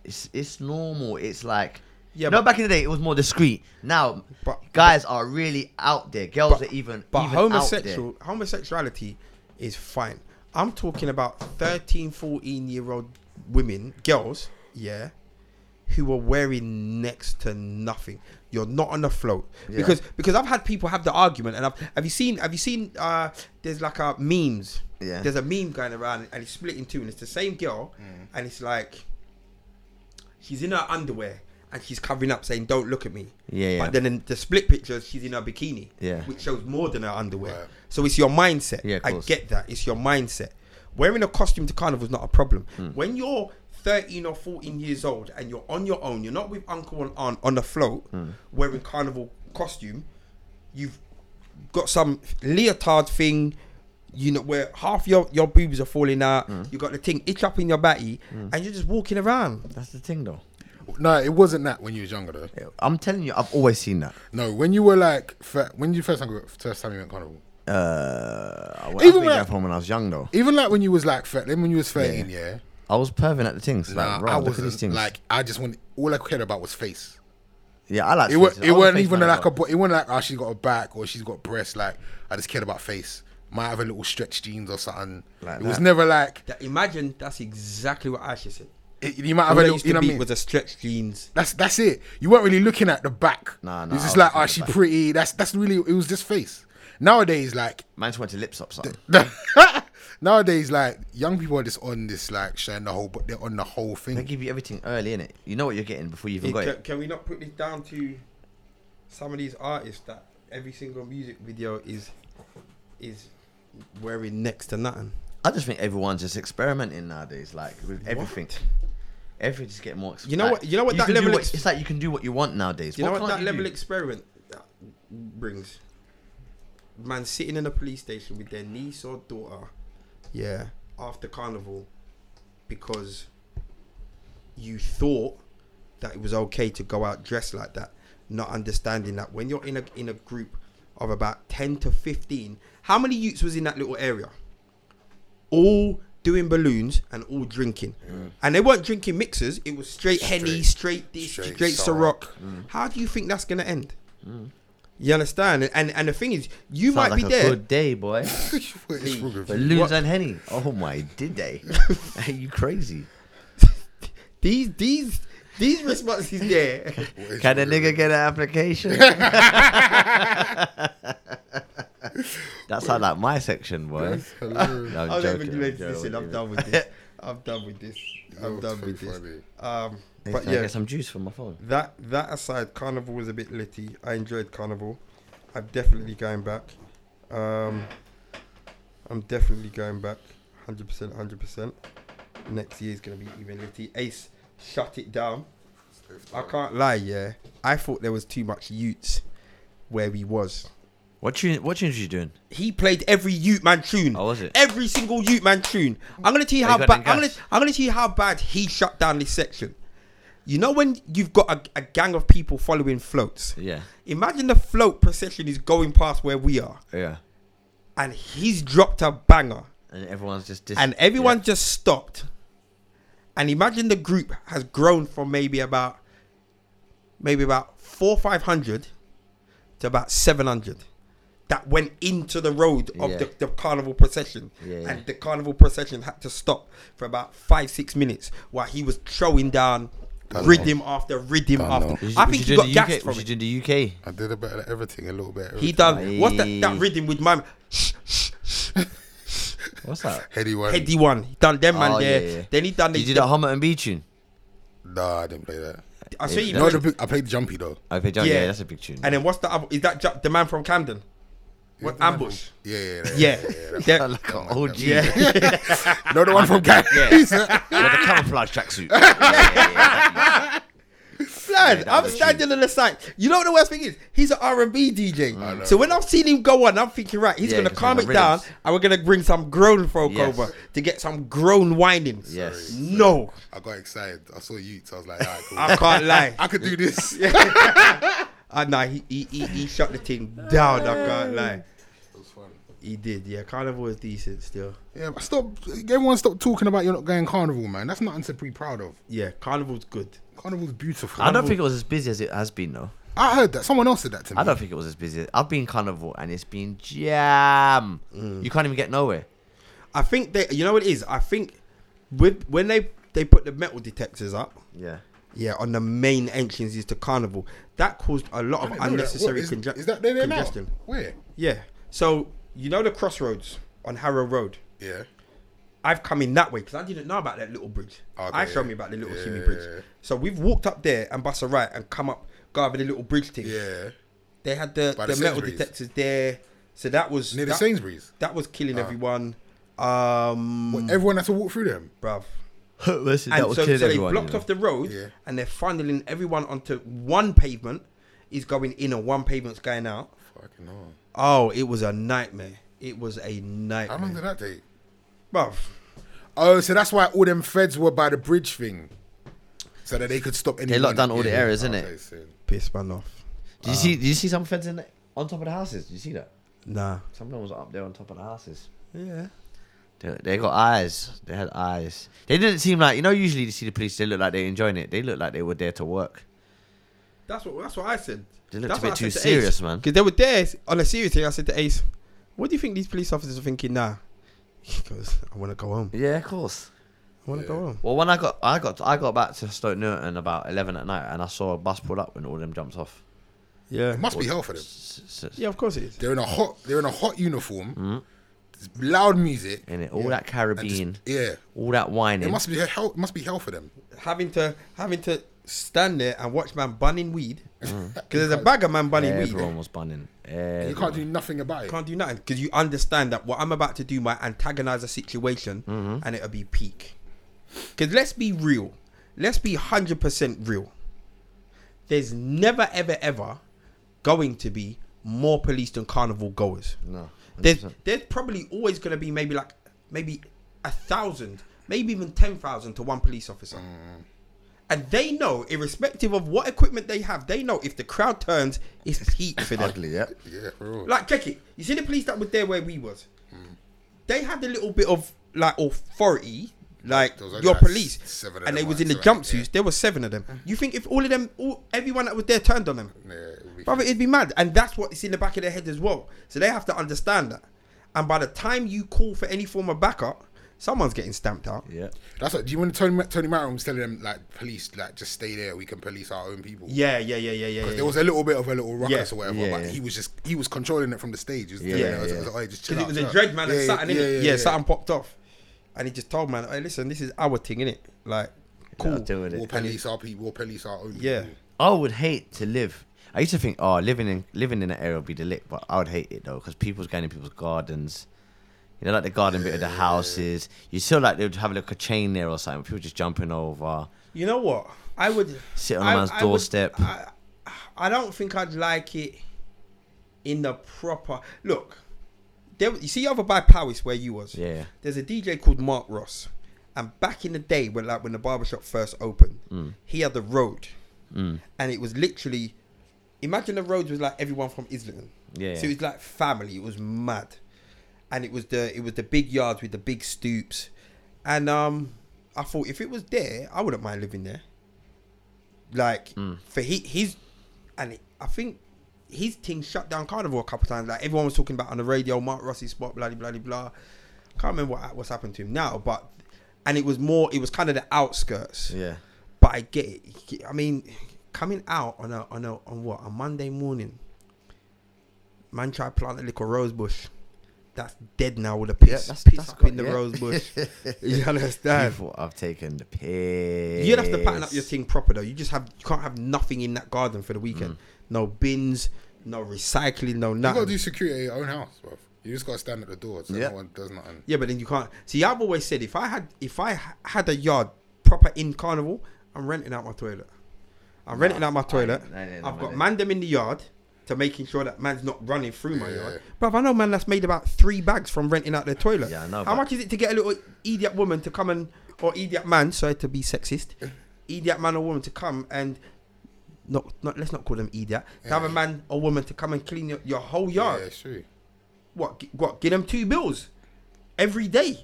it's it's normal. It's like. Yeah, Yeah, no, but- back in the day it was more discreet. Now, But- guys are really out there. Girls But- are even But even homosexual Out homosexuality is fine. I'm talking about 13, 14 year old women, girls, yeah, who are wearing next to nothing. You're not on the float Yeah. because because I've had people have the argument, and I've have you seen have you seen uh there's like a memes. Yeah. There's a meme going around and it's split in two, and it's the same girl, Mm. and it's like she's in her underwear and she's covering up, saying "Don't look at me." Yeah, yeah. But then in the split pictures, she's in her bikini. Yeah. Which shows more than her underwear. Right. So it's your mindset. Yeah, of I course. get that. It's your mindset. Wearing a costume to carnival is not a problem. Hmm. When you're 13 or 14 years old and you're on your own, you're not with uncle and aunt on the float Hmm. wearing carnival costume, you've got some leotard thing, you know, where half your, your boobs are falling out, Hmm. you got the thing itch up in your batty, and you're just walking around. That's the thing, though. No, it wasn't that when you was younger though. I'm telling you, I've always seen that. No, when you were like, fir- when you first time, first time you went carnival, Uh, I, I Even think when I- that from when I was young, though. even like when you was like, fir- then when you was thirteen, yeah. I was perving at the things. Like, Nah, right, I look at these wasn't things. like I just want all I cared about was face. yeah, I like. It was faces. I it was wasn't face even man as like a well. bo- it wasn't like oh she's got a back or she's got breasts like I just cared about face. Might have a little stretch jeans or something. Like it was that. never like That, imagine that's exactly what Ashley said. it, you might have All a I little used you to know what I beat mean? was a stretch jeans. That's that's it. You weren't really looking at the back. Nah, It nah, was just I like, was oh, looking she at the back. pretty. That's that's really. It was just face. Nowadays, like, Man just went to lips up something. nowadays, like, young people are just on this, like, showing the whole, but they're on the whole They thing. give you everything early, innit? You know what you're getting before you even It- got can, it. can we not put this down to some of these artists that every single music video is is wearing next to nothing? I just think everyone's just experimenting nowadays, like with everything. Everything just getting more. Ex- You know like, what- you know what that can do level What, ex- it's like you can do what you want nowadays. Do you know what can't that level do? experiment that brings? Man sitting in a police station with their niece or daughter, yeah, after carnival, because you thought that it was okay to go out dressed like that, not understanding that when you're in a in a group of about ten to fifteen, how many youths was in that little area? All doing balloons and all drinking, and they weren't drinking mixers. It was straight, henny, Straight. straight this, straight, Straight Mm. Ciroc. Ciroc. How do you think that's gonna end? You understand? And and the thing is, you Sounds might be like a there. good day, boy. It's wrong with you. Balloons What- and henny. Oh my, did they? Are you crazy? These these these responses there. What is Can a wrong with you? nigga get an application? That's how like my section was. Hello. No, I'm I'm not joking, even doing I'm joking, this. Listen, I'm joking. done with this. I'm done with this. I'm You're done too with this. funny. Um, Hey, but can I yeah, get some juice for my phone. that that aside, carnival was a bit litty. I enjoyed carnival. I'm definitely going back. Um, I'm definitely going back. Hundred percent, hundred percent. Next year's gonna be even litty. Ace, shut it down. I can't lie, yeah. I thought there was too much Utes where he was. What tune? What tunes you doing? He played every Ute man tune. Oh, was it? Every single Ute man tune. I'm gonna tell you Oh, how you got bad. them I'm gonna gas. I'm gonna tell you how bad he shut down this section. You know when you've got a, a gang of people following floats. Yeah, Imagine the float procession is going past where we are, yeah. and he's dropped a banger, And everyone's just dis- and everyone just stopped. And imagine the group has grown from maybe about maybe about four five hundred to about seven hundred that went into the road of Yeah. the, the carnival procession. Yeah, yeah. And the carnival procession had to stop for about five, six minutes while he was throwing down Dunno. rhythm after rhythm Dunno. after. Yeah. I think he got gassed UK, from we it. should do the UK. I did a bit of everything, a little bit. Of He done everything. what's that, that Aye. rhythm with my What's that? Heady one. heady one. He done them man Oh, there. yeah, yeah. Then he done Did you the, do that Hummer and B tune? Nah, I didn't play that. I see. It's- you You know played- the big- I played Jumpy though. Oh, Big John, yeah. Yeah. that's a big tune. and then what's the other? Is that Ju- the man from Camden? What ambush? Yeah, yeah, Yeah, yeah, like an OG. yeah. Yeah. No, the one from Gang. With a camouflage tracksuit. Yeah, yeah, yeah. Blood, that I'm was standing on the side. You know what the worst thing is? He's an R&B DJ. know. so when I've seen him go on, I'm thinking, right, he's Yeah, gonna because calm of it the down, rhythms. and we're gonna bring some grown folk Yes. over to get some grown windings. Yes. No, I got excited. I saw you, so I was like, all right, cool. I can't lie. I could do this. It Ah, nah, he he, he he shut the thing down. I can't lie. was fun. He did. Yeah, carnival was decent still. Yeah, but stop. Everyone stop talking about you're not going carnival, man. That's nothing to be proud of. Yeah, carnival's good. Carnival's beautiful. I don't think it was as busy as it has been, though. I heard that. Someone else said that to me. I don't think it was as busy. I've been carnival and it's been jam. You can't even get nowhere. I think they. You know what it is? I think with when they they put the metal detectors up. Yeah. Yeah, on the main entrances to Carnival. That caused a lot I of didn't know that. unnecessary What, is, conge- is that there, there now? congestion. Where? Yeah. So you know the crossroads on Harrow Road. Yeah. I've come in that way because I didn't know about that little bridge. Okay, I showed yeah. me about the little Yeah, Simi yeah, bridge. yeah. So we've walked up there and bust a right and come up, go over the little bridge thing. Yeah. They had the, By the, the metal Sainsbury's. detectors there. So that was Near the that, Sainsbury's. Uh. that was killing everyone. Um What, everyone has to walk through them. bruv. Listen, And so, so they blocked off the road Yeah. and they're funneling everyone onto one pavement is going in and one pavement's going out. Fucking hell. Oh, it was a nightmare. It was a How long nightmare. did that take? Bruv. Oh, so that's why all them feds were by the bridge thing, so that they could stop anyone. locked down all the in. areas, innit? Okay, so- Piss man off. Did you see? Did you see some feds in the, on top of the houses? Did you see that? Nah. Some of them was up there on top of the houses. Yeah. They, they got eyes. They had eyes. They didn't seem like you know. Usually, you see the police. They look like they're enjoying it. They look like they were there to work. That's what that's what I said. They looked That's a bit what I too said to serious, Ace. man. Because they were there on a serious thing. I said to Ace, "What do you think these police officers are thinking now?" He goes, "I want to go home. Yeah, of course. I want to go home." Well, when I got, I got, I got back to Stoke Newton about eleven at night, and I saw a bus pull up and all them jumps off. Yeah. It must be hell for them. S- s- s- Yeah, of course it is. They're in a hot. They're in a hot uniform. There's Mm-hmm. loud music. And it, all that and just- Caribbean, yeah. all that It whining. must be hell. It must be hell for them. Having to having to stand there and watch man bunning weed because there's a bag of man bunning Everyone weed. was bunning. You Everyone. can't do nothing about it. Can't do nothing because you understand that what I'm about to do might antagonize a situation and it'll be peak. Because let's be real, let's be hundred percent real. There's never ever ever going to be more police than carnival goers. No. There's 100%. there's probably always going to be maybe like maybe a thousand, maybe even ten thousand to one police officer. And they know, irrespective of what equipment they have, they know if the crowd turns, it's heat for them. Ugly, yeah. Yeah, for real. Like check it. You see the police that were there where we was. They had a little bit of like authority, like There was only, your like, police, seven of and they them, was like, in the seven, jumpsuits. yeah. There was seven of them. You think if all of them, all everyone that was there turned on them, yeah, it would be- Brother, it'd be mad. And that's what's in the back of their head as well. So they have to understand that. And by the time you call for any form of backup, someone's getting stamped out. Yeah. That's what. Do you want Tony Ma- Tony Martin was telling them like police like just stay there. We can police our own people. Yeah, yeah, yeah, yeah, yeah. yeah, There was a little bit of a little ruckus Yeah, or whatever, yeah, but yeah. he was just he was controlling it from the stage. He was Yeah, telling yeah, us, yeah. like, "Oi, just chill Because it was out, a chill out." dread man that Yeah, sat in yeah, it. yeah, Yeah, yeah. something popped off. And he just told man, hey, listen, this is our thing, innit? Like, cool. I'll deal with it. We'll police our people. We'll police our own. Yeah. people. I would hate to live. I used to think, oh, living in living in that area would be the lick, but I would hate it though because people's going in people's gardens. You know, like the garden bit of the houses. You feel like they would have like a chain there or something. People just jumping over. You know what? I would Sit on a I- man's I would- doorstep. I, I don't think I'd like it in the proper look. There, you see over by Powis where you was. Yeah. There's a DJ called Mark Ross, and back in the day when like when the barbershop first opened, Mm. he had the road, and it was literally, imagine the road was like everyone from Islington. Yeah, So yeah. it was like family. It was mad, and it was the it was the big yards with the big stoops, and um, I thought if it was there, I wouldn't mind living there like Mm. for he his and I think his team shut down Carnival a couple times. Like everyone was talking about on the radio, Mark Rossi's spot, bloody bloody blah. Can't remember what, what's happened to him now, but and it was more, it was kind of the outskirts. Yeah. But I get it. I mean, coming out on a on a on what a Monday morning, man tried to plant a little rose bush. that's dead now with a piss. that's- piss that's up got- in the yeah. rose bush. you understand? People have taken the piss. You'd have to pattern up your thing proper though. You just have you can't have nothing in that garden for the weekend. Mm. No bins, no recycling, no You gotta nothing. do security at your own house, bruv. You just gotta stand at the door so Yeah. no one does nothing. yeah, but then you can't. See, I've always said if I had if I ha- had a yard proper in carnival, I'm renting out my toilet. I'm renting out my toilet. I ain't- I ain't I've no got man man them in the yard to making sure that man's not running through my yard. Yeah. Bruv, I know man that's made about three bags from renting out their toilet. Yeah, I know, How but- much is it to get a little idiot woman to come and or idiot man, sorry to be sexist, idiot man or woman to come and not, not let's not call them idiot. To have a man or woman to come and clean your, your whole Yeah, yard. it's true. What gi- what? Give them two bills every day.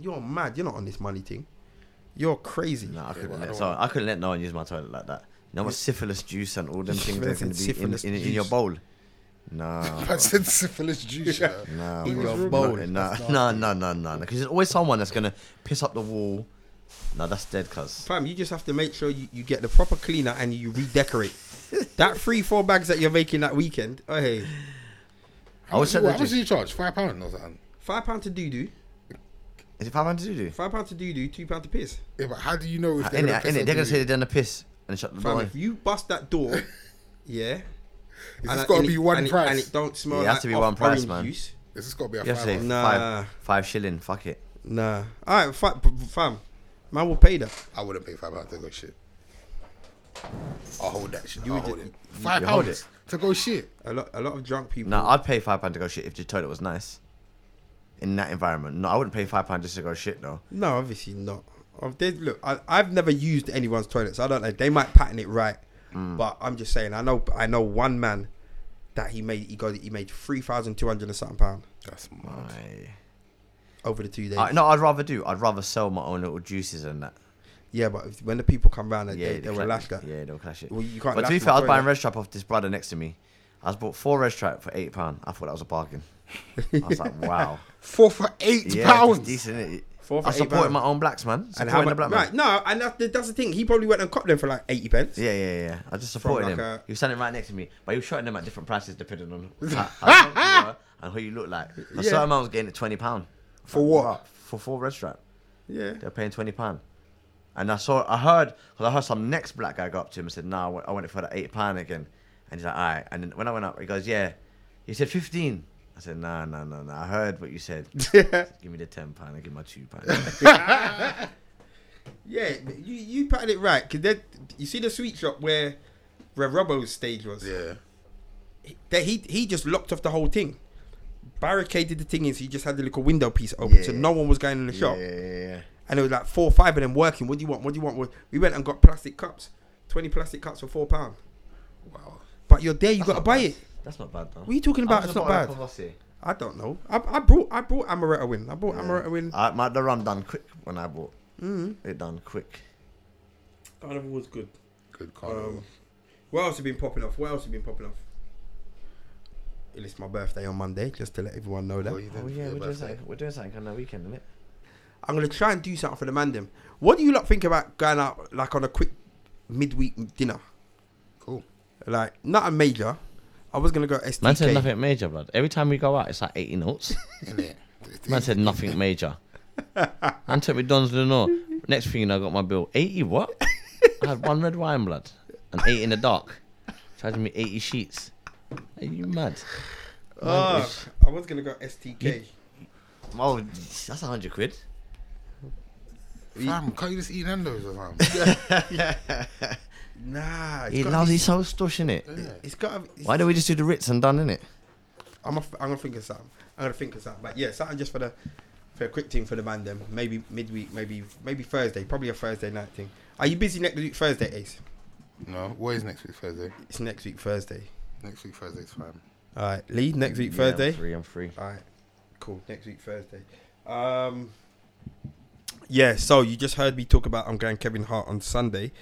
You're mad. You're not on this money thing. You're crazy. Nah, I couldn't, well, I let, don't sorry, I couldn't let no one use my toilet like that. You know what syphilis juice and all them things that's going to be in, Syphilis in, in your juice. bowl? Nah. I said syphilis juice. you know. Nah, In bro. your bowl. Nah, nah, nah, nah, nah. Because there's always someone that's gonna piss up the wall. Nah, that's dead, cuz. Fam, you just have to make sure you, you get the proper cleaner and you redecorate. that three, four bags that you're making that weekend, oh hey, How I much, was what, at how the gym. much do you charge? Five pounds or something? five pound to doo doo, Is it 500 to do? five pound to doo doo, two pound to piss. Yeah, but how do you know if Uh, In they're it, in it, they're gonna say they're done the piss and shut the Fam, door. if you bust that door, yeah, It's I- gotta it- be one and it- price. and it don't smell. Yeah, it like has to be one price, orange man. Juice. This has got to be a You have to say five. Nah. five, five shilling. Fuck it. Nah, all right, fa- b- b- fam, man will pay that. I wouldn't pay five pounds to go shit. I'll hold that shit. You I'll would hold ju- it. Five you hold pounds to go shit. A lot, a lot of drunk people. No, I'd pay five pound to go shit if the toilet was nice. In that environment, no, I wouldn't pay five pound just to go shit though. No, obviously not. Of this- Look, I, I've never used anyone's toilet, so I don't know. They might pattern it right, Mm. but I'm just saying. I know, I know one man that he made. He got. He made three thousand two hundred and something pound That's My... mad. over the two days. I, no, I'd rather do. I'd rather sell my own little juices and that. Yeah, but if, when the people come round, they, Yeah, they, they will cla- lash that. Yeah, they'll clash it. Well, you can't but lash to my be fair, I was toilet. buying res trap off this brother next to me. I was bought four res trap for eight pound. I thought that was a bargain. I was like, wow. Four for eight yeah, pounds. that's decent. Isn't it? Four for I eight supported pound. my own blacks, man. And Supporting how the much? black man. Right, no, and that's the, that's the thing. He probably went and copped them for like eighty pence. Yeah, yeah, yeah. I just supported like him. a- He was standing right next to me, but he was shouting them at different prices depending on how, how drunk you were and who you look like. A Yeah. certain man was getting it twenty pound For what? for four res trap. Yeah. They're paying twenty pound. And I saw, I heard, because I heard some next black guy go up to him and said, "No, I want- I want it for the eight pound again." And he's like, "All right." And then when I went up, he goes, "Yeah." He said fifteen. I said, "No, no, no, no. I heard what you said. give me the ten pound. I give my two pound." Yeah, but you you patterned it right because you see the sweet shop where where Robbo's stage was. Yeah. that he he just locked off the whole thing, barricaded the thing in. So you just had the little window piece open, so Yeah. no one was going in the yeah, yeah, shop. yeah. And there was like four or five of them working. What do you want? What do you want? What- We went and got plastic cups, twenty plastic cups for four pound. Wow. But you're there, you got to not buy bad. it. That's not bad though. What are you talking about? It's not bad. I don't know. I, I brought I brought amaretto in. I Mm-hmm. brought amaretto in. I, my, the run done quick when I bought. It done quick. Carnival was good. Good carnival. Um, What else have been popping off? What else have been popping off? Well, It's my birthday on Monday, just to let everyone know that. Oh, you didn't Oh forget yeah, we're about doing that. something. We're doing something on the weekend, isn't it? I'm gonna try and do something for the man them. What do you lot think about going out like on a quick midweek dinner? Cool. Like not a major. I was gonna go STK. Man said nothing major, blood. Every time we go out, it's like 80 notes. Isn't it? Man said nothing major. Man took me Don's Lenore. Next thing you know, I got my bill. 80 what? I had one red wine, blood. And eight in the dark. Charging me 80 sheets. Are you mad? Oh, Man, Ugh, it's- I was gonna go STK. oh, that's 100 quid. Fam, can't you just eat Nando's or something? Nah, it's He gotta loves be- his soul stush, innit? Yeah. It's got. It's, Why don't we just do the Ritz and done, innit? I'm. A, I'm gonna think of something. I'm gonna think of something. But yeah, something just for the for a quick thing for the man them. Maybe midweek. Maybe maybe Thursday. Probably a Thursday night thing. Are you busy next week Thursday, Ace? No. What is next week Thursday? It's next week Thursday. Next week Thursday's fine. All right, Lee. Next week Yeah, I'm Thursday. free, I'm free. All right, cool. Next week Thursday. Um, yeah. So you just heard me talk about I'm going Kevin Hart on Sunday.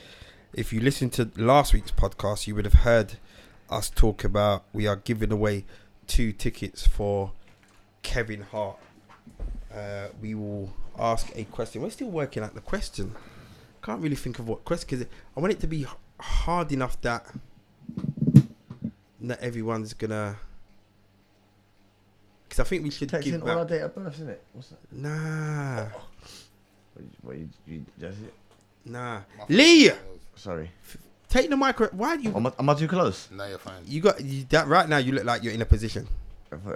If you listened to last week's podcast, you would have heard us talk about we are giving away two tickets for Kevin Hart. Uh, we will ask a question. We're still working out the question. Can't really think of what question because I want it to be h- hard enough that not everyone's gonna. 'cause because I think we should Text in give all our back. date of birth, isn't it? What's that? Nah, What, you- what you, you, that's it? nah. Lee, Sorry. take the micro. Why do you? Am I, am I too close? No, you're fine. You got you, that right now. You look like you're in a position.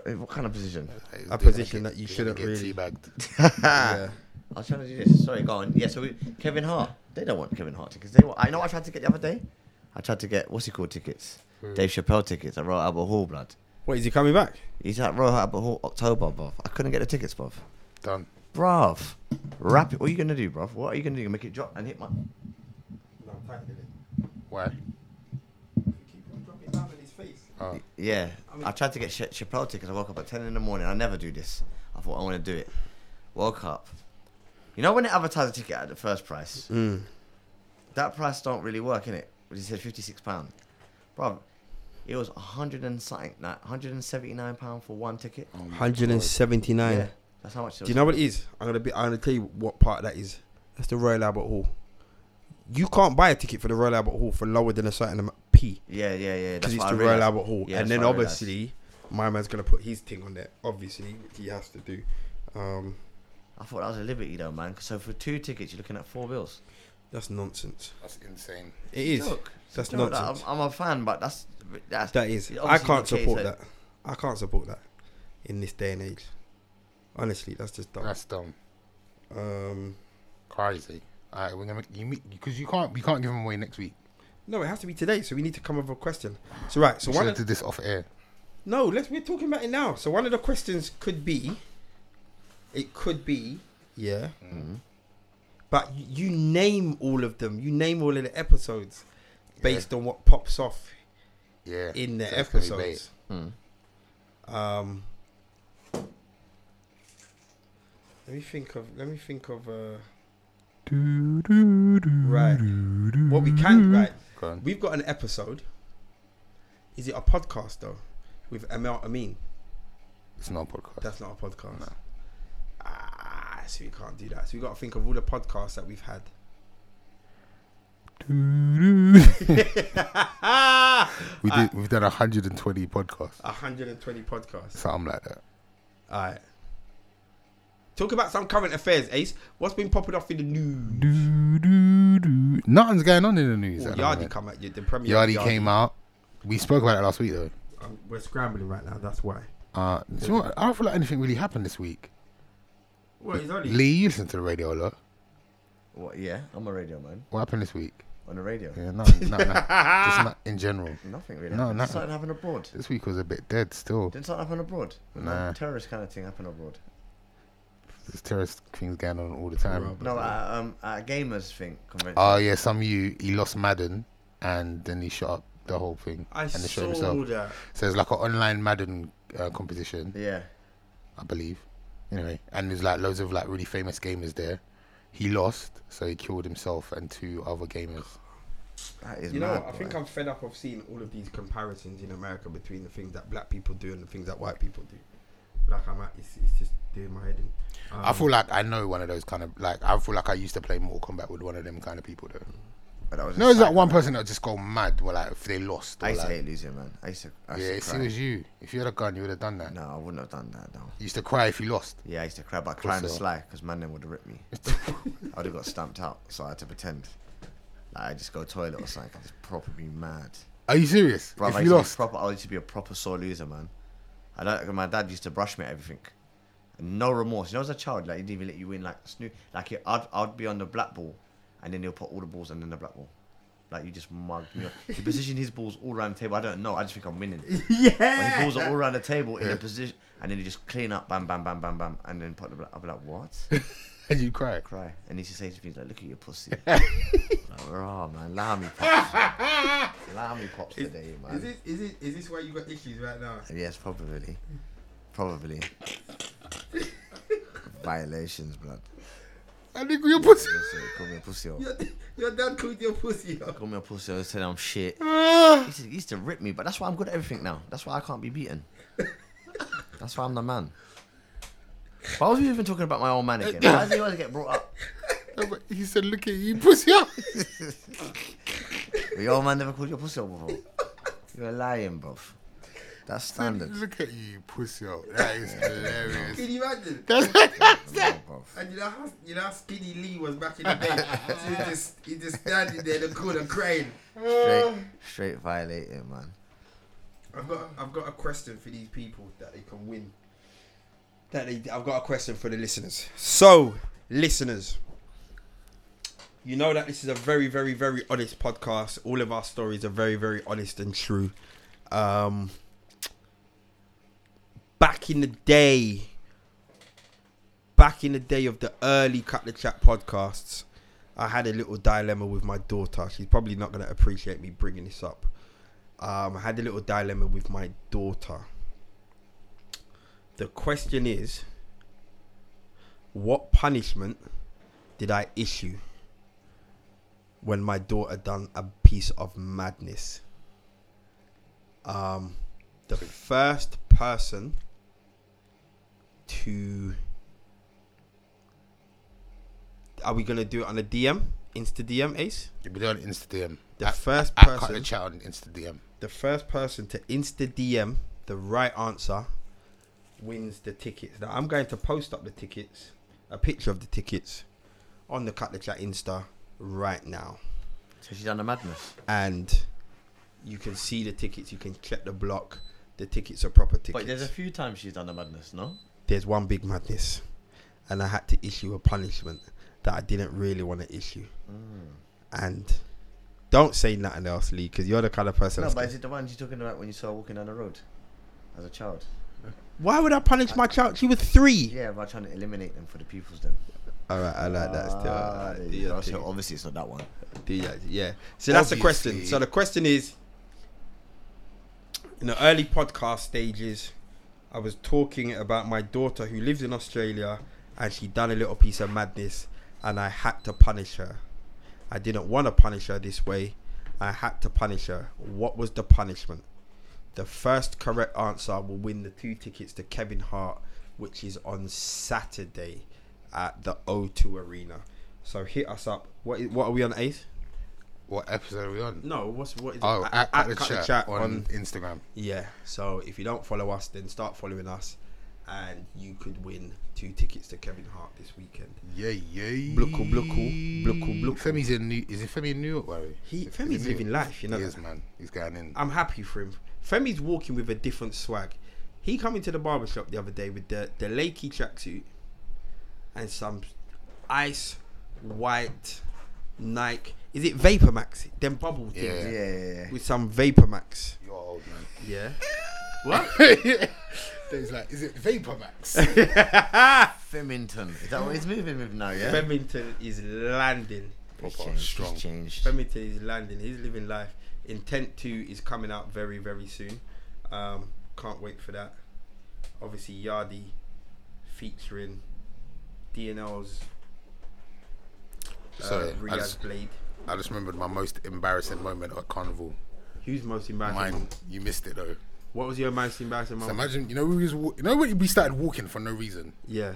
What kind of position? Hey, A they're position gonna that you they're gonna shouldn't really- get teabagged. I Yeah. was trying to do this. Sorry, go on. Yeah, so we, Kevin Hart. They don't want Kevin Hart tickets. They want, I know I tried to get the other day. I tried to get, what's he called, tickets? Dave Chappelle tickets at Royal Albert Hall, blood. What is he coming back? He's at Royal Albert Hall October, bruv. I couldn't get the tickets, bruv. Done. Bruv. Rap it. What are you going to do, bruv? What are you going to do? Make it drop and hit my... Why? Oh. Yeah, I tried to get Ch- Chappelle tickets. I woke up at 10 in the morning. I never do this. I thought, I want to do it. Woke up. You know when they advertise a ticket at the first price? Mm. That price don't really work, innit? It said £56. Bro, it was 100 and something, like £179 for one ticket. Oh my Hundred and God. seventy-nine. Yeah, that's how much it was. Do you know what it is? I'm gonna be. I'm gonna tell you what part that is. That's the Royal Albert Hall. You can't buy a ticket for the Royal Albert Hall for lower than a certain amount p Yeah, yeah, yeah. because that's it's what I the Royal realised. Albert Hall, Yeah, and that's then what I realised. obviously my man's gonna put his thing on there. Obviously, which he has to do. Um, I thought that was a liberty, though, man. So for two tickets, you're looking at four bills. that's nonsense. That's insane. It is. Look, that's You know, like, nonsense. I'm, I'm a fan, but that's. that's That is. I obviously can't UK, support so- that. I can't support that in this day and age. Honestly, that's just dumb. That's dumb. Um, Crazy. All right, we're gonna you meet because you can't we can't give them away next week. no, it has to be today, so we need to come up with a question. So right, so We one should of have did this off air. no, let's we're talking about it now. So one of the questions could be, it could be, yeah, Mm-hmm. but y- you name all of them. You name all of the episodes based on what pops off Yeah. in the so it's gonna be episodes. Mm. Hmm. Um, let me think of. Let me think of. Uh, right. What we can right. late. Go on. We've got an episode. Is it a podcast though? With Amel Amin. It's not a podcast. That's not a podcast. No. Ah, so we can't do that. So we got to think of all the podcasts that we've had. we did. We've done 120 podcasts. 120 podcasts. Something like that. All right. Talk about some current affairs, Ace. What's been popping off in the news? Nothing's going on in the news. Ooh, at the Yardi moment. come at you. The Premier Yardi came out. We spoke about it last week though. Um, we're scrambling right now. That's why. Uh, do you know what? I don't feel like anything really happened this week. Well, he's only. Lee, you listen to the radio a lot. What, yeah, I'm a radio man. What happened this week? On the radio. Yeah, no, no, no. Just not in general. Nothing really. No, No, nothing. nothing. Something happened abroad. This week was a bit dead still. Didn't something happen abroad? Nah. Terrorist kind of thing happened abroad. There's terrorist things going on all the time. Rub. No, uh, um, uh, gamers thing convention. Oh yeah, some you he lost Madden and then he shot up the whole thing I and they saw shot himself. that. So it's like an online Madden uh, competition, yeah. I believe. Anyway, and there's like loads of like really famous gamers there. He lost, so he killed himself and two other gamers. That is You know, mad, what? I think boy. I'm fed up of seeing all of these comparisons in America between the things that black people do and the things that white people do. Like I'm, at, it's, it's just doing my head in. Um, I feel like I know one of those kind of like I feel like I used to play Mortal Kombat with one of them kind of people though. But that was No, a it's that sight, one man. person that just go mad. Well, like if they lost, or, I used to like- hate losing, man. I used to. I yeah, used if to it cry. was you, if you had a gun, you would have done that. No, I wouldn't have done that, though. You used to cry if you lost. Yeah, I used to cry, but I cried on the so? sly because man then would have ripped me. I would have got stamped out, so I had to pretend. Like, I just go toilet or something. I just proper be mad. Are you serious? Bro, I, if used you to be lost, proper, I used to be a proper sore loser, man. I don't, my dad used to brush me at everything. No remorse. You know, as a child, like, he didn't even let you win. Like, snoo- like it, I'd, I'd be on the black ball, and then he'll put all the balls and then the black ball. Like, you just mug me. up. he positioned his balls all around the table. I don't know. I just think I'm winning. When his balls are all around the table in a position, and then he just clean up, bam, bam, bam, bam, bam, and then put the black. I'll be like, what? and you cry. Cry. And he used to say to me, like, look at your pussy. like, raw, man. Allow me pops. Allow me pops today, man. is it is it is this why you got issues right now? Yes, probably. Probably. Violations, blood. I think your pussy. Pussy, Call me a pussy. or- Your, your dad called your pussy. up. Call me a pussy. I said I'm shit. He Ah. used, to, he used to rip me, but that's why I'm good at everything now. That's why I can't be beaten. That's why I'm the man. Why was we even talking about my old man again? Why does he always get brought up? No, but he said, "Look at you, pussy." up." But your old man never called you a pussy before. You're a lion, bruv. That's standard. Look at you, pussy out. That is hilarious. Can you imagine? Bruv. And you know how you know how skinny Lee was back in the day. so he just he just standing there in the corner crying. Straight, straight violating, man. I've got I've got a question for these people that they can win. That they, I've got a question for the listeners. So, listeners, you know that this is a very very very honest podcast. All of our stories are very very honest and true. Um, back in the day, back in the day of the early Cut the Chat podcasts, I had a little dilemma with my daughter. She's probably not going to appreciate me bringing this up um, I had a little dilemma with my daughter. The question is, what punishment did I issue when my daughter done a piece of madness? Um, the first person to are we gonna do it on a DM, Insta DM, Ace? You'll be doing Insta DM. The first I, I cut person- the chat on Insta DM. the first person to insta DM the right answer wins the tickets. Now I'm going to post up the tickets, a picture of the tickets, on the Cut the Chat Insta right now, So she's done the madness. and you can see the tickets. You can check the block. The tickets are proper tickets. But there's a few times she's done the madness, no? there's one big madness, and I had to issue a punishment that I didn't really want to issue, Mm. and. Don't say nothing else, Lee, because you're the kind of person. No, that's but gonna- is it the one you're talking about when you saw walking down the road as a child? Why would I punish my child? She was three. Yeah, by trying to eliminate them for the pupils then. All right, I like that still. Ah, Alright, there do you your go. thing, So obviously it's not that one. do your- yeah. So that's the question. Obviously. So the question is, in the early podcast stages, I was talking about my daughter who lives in Australia and she done a little piece of madness, and I had to punish her. I didn't want to punish her this way. I had to punish her. What was the punishment? The first correct answer will win the two tickets to Kevin Hart, which is on Saturday at the O2 Arena. So hit us up. What i- what are we on Ace? What episode are we on? No, what's what is Oh, it? at, at the Cut chat, on, Instagram. yeah. So if you don't follow us, then start following us, and you could win two tickets to Kevin Hart this weekend. Yeah, yeah. Bluckle, bluckle, bluckle, bluckle. Femi's in New. Is it Femi in New York? Where He Femi's living life, you know. He is, man. He's going in. I'm happy for him. Femi's walking with a different swag. He come into the barber shop the other day with the the Lakey tracksuit and some ice white Nike. Is it Vapor Max? Them bubble things Yeah. Yeah, yeah, yeah. with some Vapor Max. You're old, man. Yeah. He's like, is it Vapor Max? Flemington. Is that what he's moving with now, yeah? Flemington is landing. He's Proper changed, he's strong. changed. Flemington is landing. He's living life. Intent 2 is coming out very, very soon. Um, can't wait for that. Obviously, Yardi featuring DNL's uh, Sorry, I Riyadh just, Blade. I just remembered my most embarrassing moment at Carnival. Who's most embarrassing? Mine, you missed it though. What was your most embarrassing So moment? imagine, you know, we was, wa- you know, when we started walking for no reason, yeah,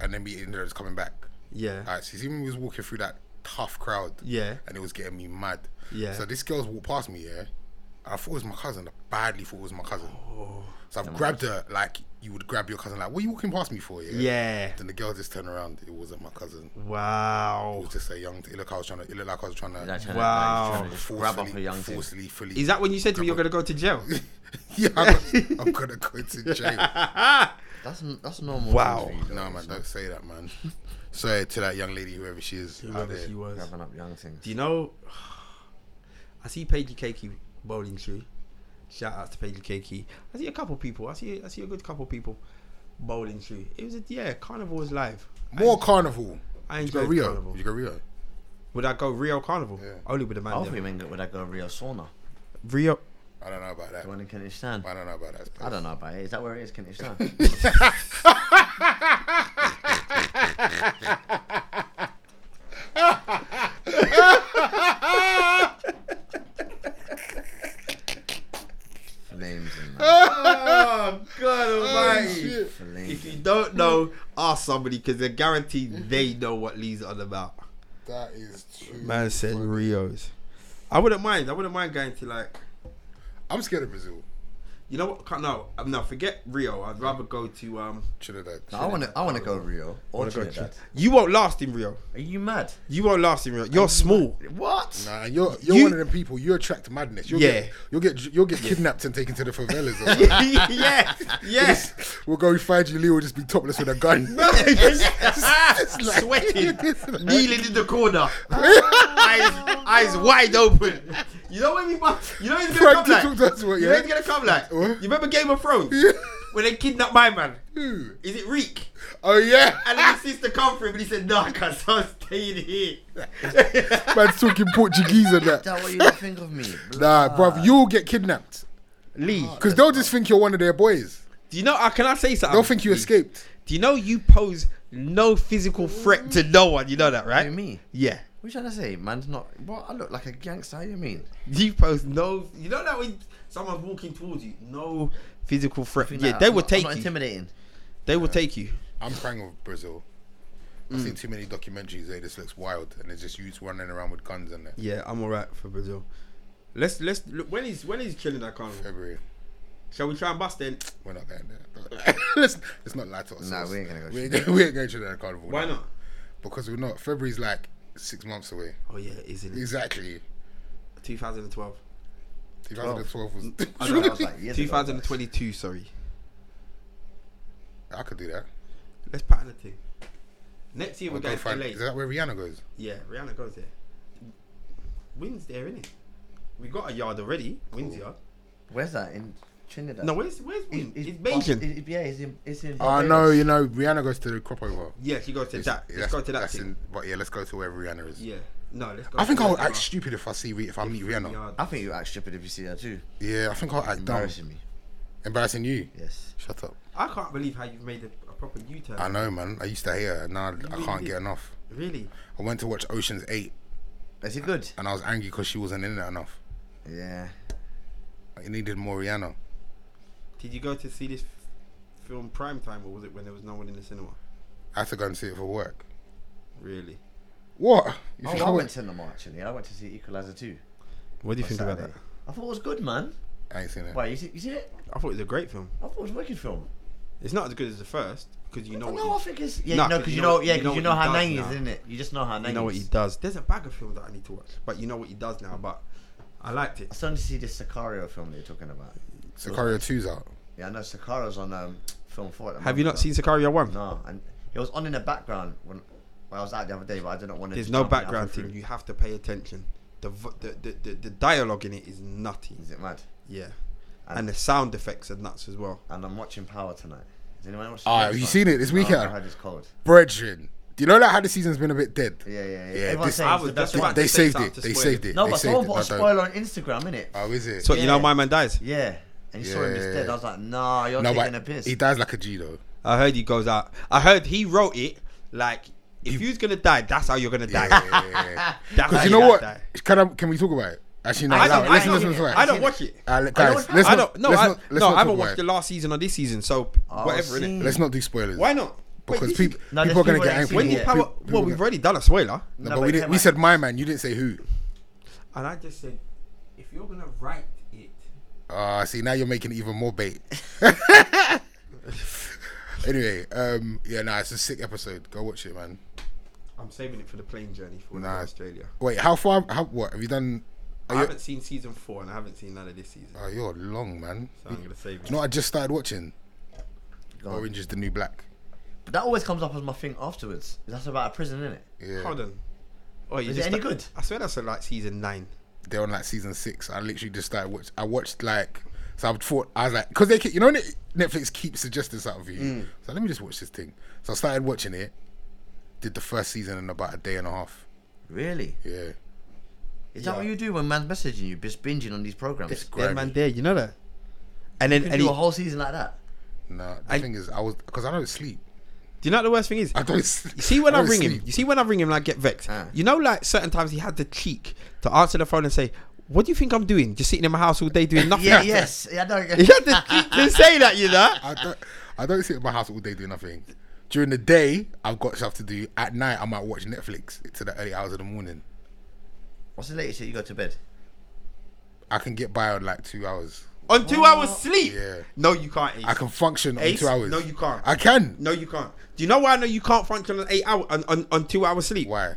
and then we ended up just coming back. yeah, Alright, so you see when we was walking through that tough crowd, yeah, and it was getting me mad. Yeah. So this girl's walked past me, yeah. And I thought it was my cousin. I badly thought it was my cousin. Oh. So I've grabbed her like you would grab your cousin. Like, what are you walking past me for? Yeah. yeah. Then the girl just turned around. It wasn't my cousin. It Wow. was just a young. It looked like I was trying to. It looked like I was trying Like, to. trying to- Wow. like, he's trying to just grab up a young thing. forcefully, fully. Is that when you said to me you're gonna go to jail? yeah, I'm gonna, I'm gonna go to jail. That's n- that's normal. Wow. thing for you, No, though, man, it's don't say that, man. Sorry to that young lady, whoever she is. out Whoever there. she was. Grabbing up young things. Do you know? I see Paige Keiki bowling shoe. Shout out to Paige Keiki. I see a couple people. I see I see a good couple people bowling shoe. It was a yeah. Carnival was live. More carnival. I Did you go enjoyed Rio. Carnival. Did you go Rio. Would I go Rio Carnival? Yeah. Only with the I man. hope there. you mean would I go Rio Sauna? Rio. I don't know about that. The one in Kentish Town. I don't know about that. I don't know about it. Is that where it is, Kentish Town? Names and that. Oh God Almighty! shit. if you Flames. don't know, ask somebody because they're guaranteed they know what Lee's on about. That is true. Man said Rio's. I wouldn't mind. I wouldn't mind going to like. I'm scared of Brazil. You know what? Can't, no, um, no. Forget Rio. I'd rather go to. Um, Trinidad. No, I want to. I want to go Rio or I'd go to- Trinidad. you won't last in Rio. Are you mad? You won't last in Rio. You're small. What? Nah, you're you're You- one of them people. You attract madness. You'll Yeah. get you'll get you'll get kidnapped and taken to the favelas. Or something. yeah. Yes. we'll go find you. Lee will just be topless with a gun. Sweating, kneeling in the corner, eyes, eyes wide open. You know when you, you know he's gonna come like. Practical, that's what, You know yeah. he's gonna come like. You What? remember Game of Thrones when they kidnapped my man? Is it Reek? oh yeah, And then his sister come for him, and he said, "No, I can't. So I'm staying here." man's talking Portuguese and Is that. that what you think of me? Nah, bruv, you'll get kidnapped Lee, because they'll just think you're one of their boys. do you know? Uh, can I say something? They'll think you Lee? escaped. Do you know you pose no physical threat to no one? You know that, right? Who, me? Yeah. What should I say? Man's not. What? I look like a gangster. How you mean? You pose no. You know that when someone's walking towards you, no physical threat. Think Yeah, that they I'm will not- take I'm not you. intimidating. They will take you. I'm praying of Brazil. I've seen too many documentaries there. This looks wild, and it's just youths running around with guns in there. Yeah, I'm alright for Brazil. Let's let's look, when is when is killing that carnival? February, Shall we try and bust then? we're not going there. let's, let's not lie to Nah, ourselves. we ain't gonna go We to ain't, we ain't going to that carnival. Why no. not? Because we're not. February's like six months away. Oh yeah, it is in Exactly. 2012. 2012 was. I know, I was like, years ago, like, 2022, sorry. I could do that. Let's pattern the thing. Next year we're I'll go going find- to Is LA. that where Rihanna goes? Yeah, Rihanna goes there. Wins there, innit? We got a yard already. Wins yard. Where's that in Trinidad? No, where's where's Wins? It's- It's, it's- Beijing. it- it- yeah, it's in. It's in. Oh no, you know Rihanna goes to the crop over. yeah, she goes to that. Let's go to that thing. but yeah, let's go to where Rihanna is. Yeah. No, let's go. I think to I'll that act yard. stupid if I see Ri- if I meet Rihanna. Yard. I think you act stupid if you see that too. Yeah, I think I'll act dumb. Embarrassing me. Embarrassing you. Yes. Shut up. I can't believe how you've made a, a proper U-turn. I know, man. I used to hate her, and now I- I can't get enough. really? I went to watch Ocean's Eight, Is it good? and I was angry because she wasn't in it enough. Yeah. It needed more Rihanna. Did you go to see this f- film prime time, or was it when there was no one in the cinema? I had to go and see it for work. Really? What? You Oh, think I I went went? to cinema actually. I went to see Equalizer 2. What do you think about that? Saturday. I thought it was good, man. I ain't seen it. Wait, you see, you see it? I thought it was a great film. I thought it was a wicked film. It's not as good as the first because you know no, I what think it's yeah, Nah, you know, 'cause because you you know- know, yeah, you know 'cause you what know he how does Nang is, now. isn't it? You just know how he, Nang you know what is. he does. There's a bag of films that I need to watch, but you know what he does now. But I liked I it. started to see this Sicario film that you're talking about. Sicario 2's out. Yeah, I know Sicario's on um, film four. At the Have you not seen moment, Sicario One? though. No, and it was on in the background when, when I was out the other day, but I didn't want to. There's no background thing. You have to pay attention. The, vo- the, the, the, the dialogue in it is nutty. Is it mad? Yeah. And- And the sound effects are nuts as well. And I'm watching Power tonight. Has anyone watched? Ah, Power have you tonight? seen it this No, weekend? I heard it's cold. Brethren, do you know that how the season's been a bit dead? Yeah, yeah, yeah. Yeah, Everyone's this- saying I it's was the best just one. about- They They saved say it. something They spoiled saved it. it. No, they but saved someone it. put a I don't- spoiler on Instagram, innit? Oh, is it? So you know Yeah. my man dies. Yeah. And you saw him just Yeah. dead. I was like, nah, you're no, taking a but piss. he dies like a G though. I heard he goes out. I heard he wrote it like if you, was gonna die, that's how you're gonna die. Yeah, yeah, yeah, yeah. That's how Because you know gonna what? die. Can I, can we talk about it? Actually, no. I no, don't, I listen, don't, listen, listen. I don't watch it. Uh, li- don't guys, have- let's I not. don't. No, let's I, not- let's no, not I haven't talk watched about the it. last season or this season, so Oh, whatever. see. Innit? Let's not do spoilers. Why not? Because Wait, people, No, people there's are going to people get that ain't angry. seen When did Yeah, Power? people- Well, we've already done a spoiler, No, No, but but we it did, came we out. said my man. You didn't say who. and I just said, if you're gonna write it, Ah, see, now you're making it even more bait. anyway, um, yeah, nah, it's a sick episode. Go watch it, man. I'm saving it for the plane journey for when I go Nah. to Australia. Wait, how far? How what have you done? Are I you- haven't seen season four, and I haven't seen none of this season, Oh, you're long, man. so I'm gonna save it. You know, what I just started watching Go on. Orange is the New Black. But that always comes up as my thing afterwards. That's about a prison, isn't it? Yeah, Hold on. Oh, you Is it just any good? I swear that's like season nine. they're on like season six. I literally just started watch. I watched like so. I thought I was like because they keep, you know Net- Netflix keeps suggesting something for you. Mm. So let me just watch this thing. So I started watching it. Did the first season in about a day and a half. Really? Yeah, Is Yeah. that what you do when man's messaging you, just binging on these programs? It's Yeah, Grimy. man, there, you know that. And then, you can and do he- a whole season like that. no. The I- thing is, I was because I don't sleep. do you know what the worst thing is? I don't. s- You see when I, don't ring him, sleep. you see when I ring him, and I get vexed. Ah. You know, like certain times he had the cheek to answer the phone and say, "What do you think I'm doing? Just sitting in my house all day doing nothing." Yeah, yes. Yeah, no, He had the cheek to say that, you know. I don't. I don't sit in my house all day doing nothing. During the day, I've got stuff to do. At night, I might watch Netflix to the early hours of the morning. What's the latest that you go to bed? I can get by on like two hours. on Oh, two hours sleep. Yeah. No, you can't. Ace. I can function on Ace? two hours. No, you can't. I can. No, you can't. Do you know why I know you can't function on eight hour on, on, on two hours sleep? Why?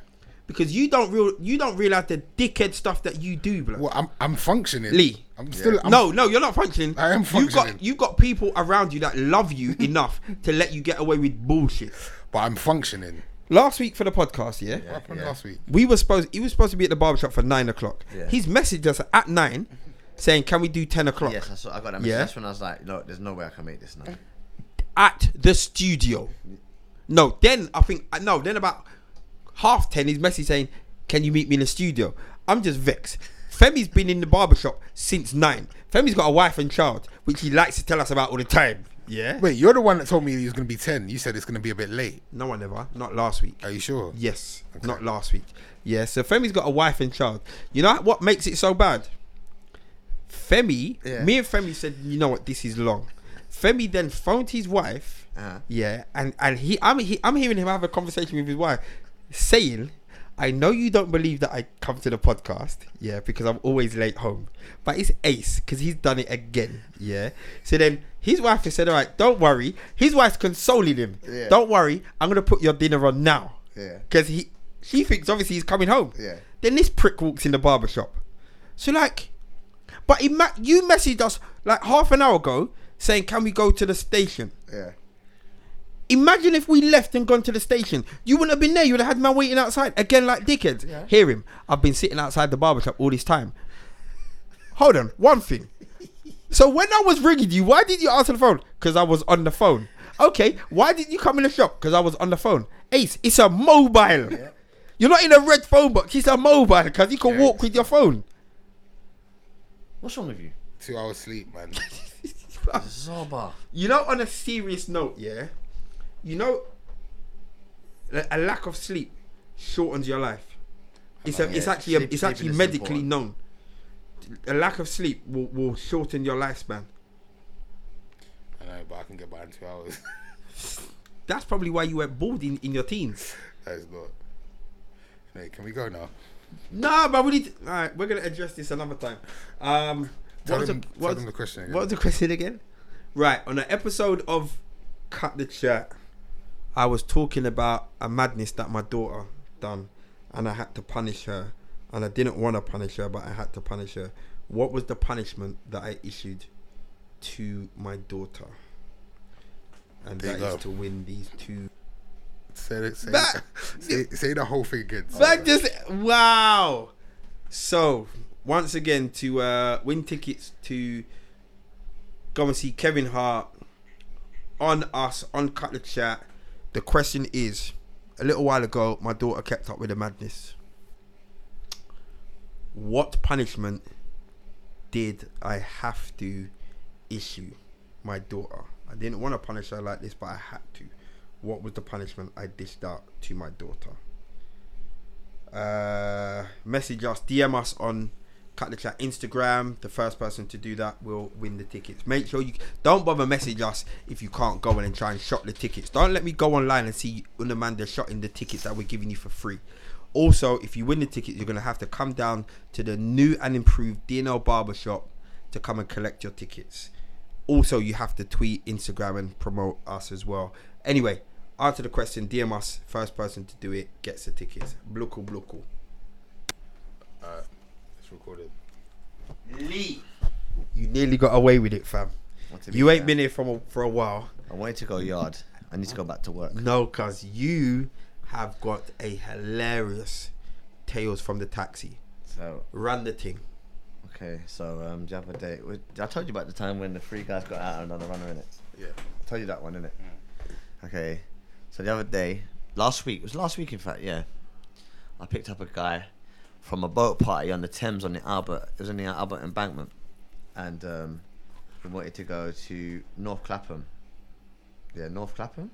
Because you don't real you don't realize the dickhead stuff that you do, bro. Well, I'm I'm functioning. Lee. I'm still. I'm, no, no, you're not functioning. I am You functioning. got you got people around you that love you enough to let you get away with bullshit. but I'm functioning. Last week for the podcast, yeah, What happened yeah. last week? we were supposed he was supposed to be at the barbershop for nine o'clock. Yeah. He's messaged us at nine, saying, "Can we do ten o'clock Yes, I saw. I got that message. Yeah. That's when I was like, look, there's no way I can make this now. at the studio?" No, then I think uh, no, then about half ten, his message saying, "Can you meet me in the studio?" I'm just vexed. Femi's been in the barbershop since nine. Femi's got a wife and child, which he likes to tell us about all the time. Yeah. Wait, you're the one that told me it was gonna be ten. You said it's gonna be a bit late. No one ever. Not last week. Uh, Are you sure? Yes. Not last week. Yeah. So Femi's got a wife and child. You know what makes it so bad? Femi, Yeah. me and Femi said, you know what, this is long. Femi then phoned his wife. Uh-huh. Yeah, and and he, I'm he, I'm hearing him have a conversation with his wife, saying, "I know you don't believe that I come to the podcast, yeah, because I'm always late home, but it's Ace because he's done it again, yeah." So then his wife has said, "All right, don't worry." His wife's consoling him, Yeah. "Don't worry, I'm gonna put your dinner on now." Yeah. because he she thinks obviously he's coming home. Yeah. Then this prick walks in the barbershop. So like, but he ma- you messaged us like half an hour ago saying, "Can we go to the station?" Yeah. Imagine if we left and gone to the station. You wouldn't have been there. You would have had man waiting outside again, like dickheads. Yeah. Hear him. I've been sitting outside the barbershop all this time. Hold on. One thing. So when I was ringing you, why did you answer the phone? Because I was on the phone. Okay. Why did you come in the shop? Because I was on the phone. Ace, it's a mobile. You're not in a red phone box. It's a mobile because you can Yeah. walk with your phone. What's wrong with you? Two hours sleep, man. Zaba. You know, on a serious note, yeah, you know, a a lack of sleep shortens your life. It's a, Yeah, it's actually a, sleep- it's sleeping actually is medically important. known. A lack of sleep will, will shorten your lifespan. I know, but I can get by in two hours. That's probably why you went bald in, in your teens. that is not. Hey, can we go now? No, but we need. To, all right, we're gonna address this another time. Um, Tell what was, them- the, tell what, was, them the question again. what was the question again? Right on an episode of Cut the Chat, I was talking about a madness that my daughter done, and I had to punish her, and I didn't want to punish her, but I had to punish her. What was the punishment that I issued to my daughter? And There that you is go. to win these two. Say, it- say, That- say, say the whole thing again. That just wow. So once again to uh, win tickets to go and see Kevin Hart on us on Cut the Chat. The question is: A little while ago, my daughter kept up with the madness. What punishment did I have to issue my daughter? I didn't want to punish her like this, but I had to. What was the punishment I dished out to my daughter? uh, message us, DM us on Cut the Chat Instagram. The first person to do that will win the tickets. Make sure you don't bother message us if you can't go in and try and shop the tickets. Don't let me go online and see Unamanda shotting the tickets that we're giving you for free. Also, if you win the tickets, you're gonna have to come down to the new and improved DNL Barbershop to come and collect your tickets. Also, you have to tweet, Instagram, and promote us as well. Anyway, answer the question. DM us. First person to do it gets the tickets. Bluku bluku. Uh, it's recorded. Lee. You nearly got away with it, fam. Wanted me You to ain't go. been here from a, for a while. I wanted to go yard. I need to go back to work. No, cause you have got a hilarious tales from the taxi. So Run the thing. okay. So um, the other day, we- I told you about the time when the three guys got out and another runner in it. Yeah. I told you that one, innit? Okay. So the other day, last week, it was last week in fact, yeah. I picked up a guy from a boat party on the Thames on the Albert. It was on the Albert embankment. And um, we wanted to go to North Clapham. Yeah, North Clapham?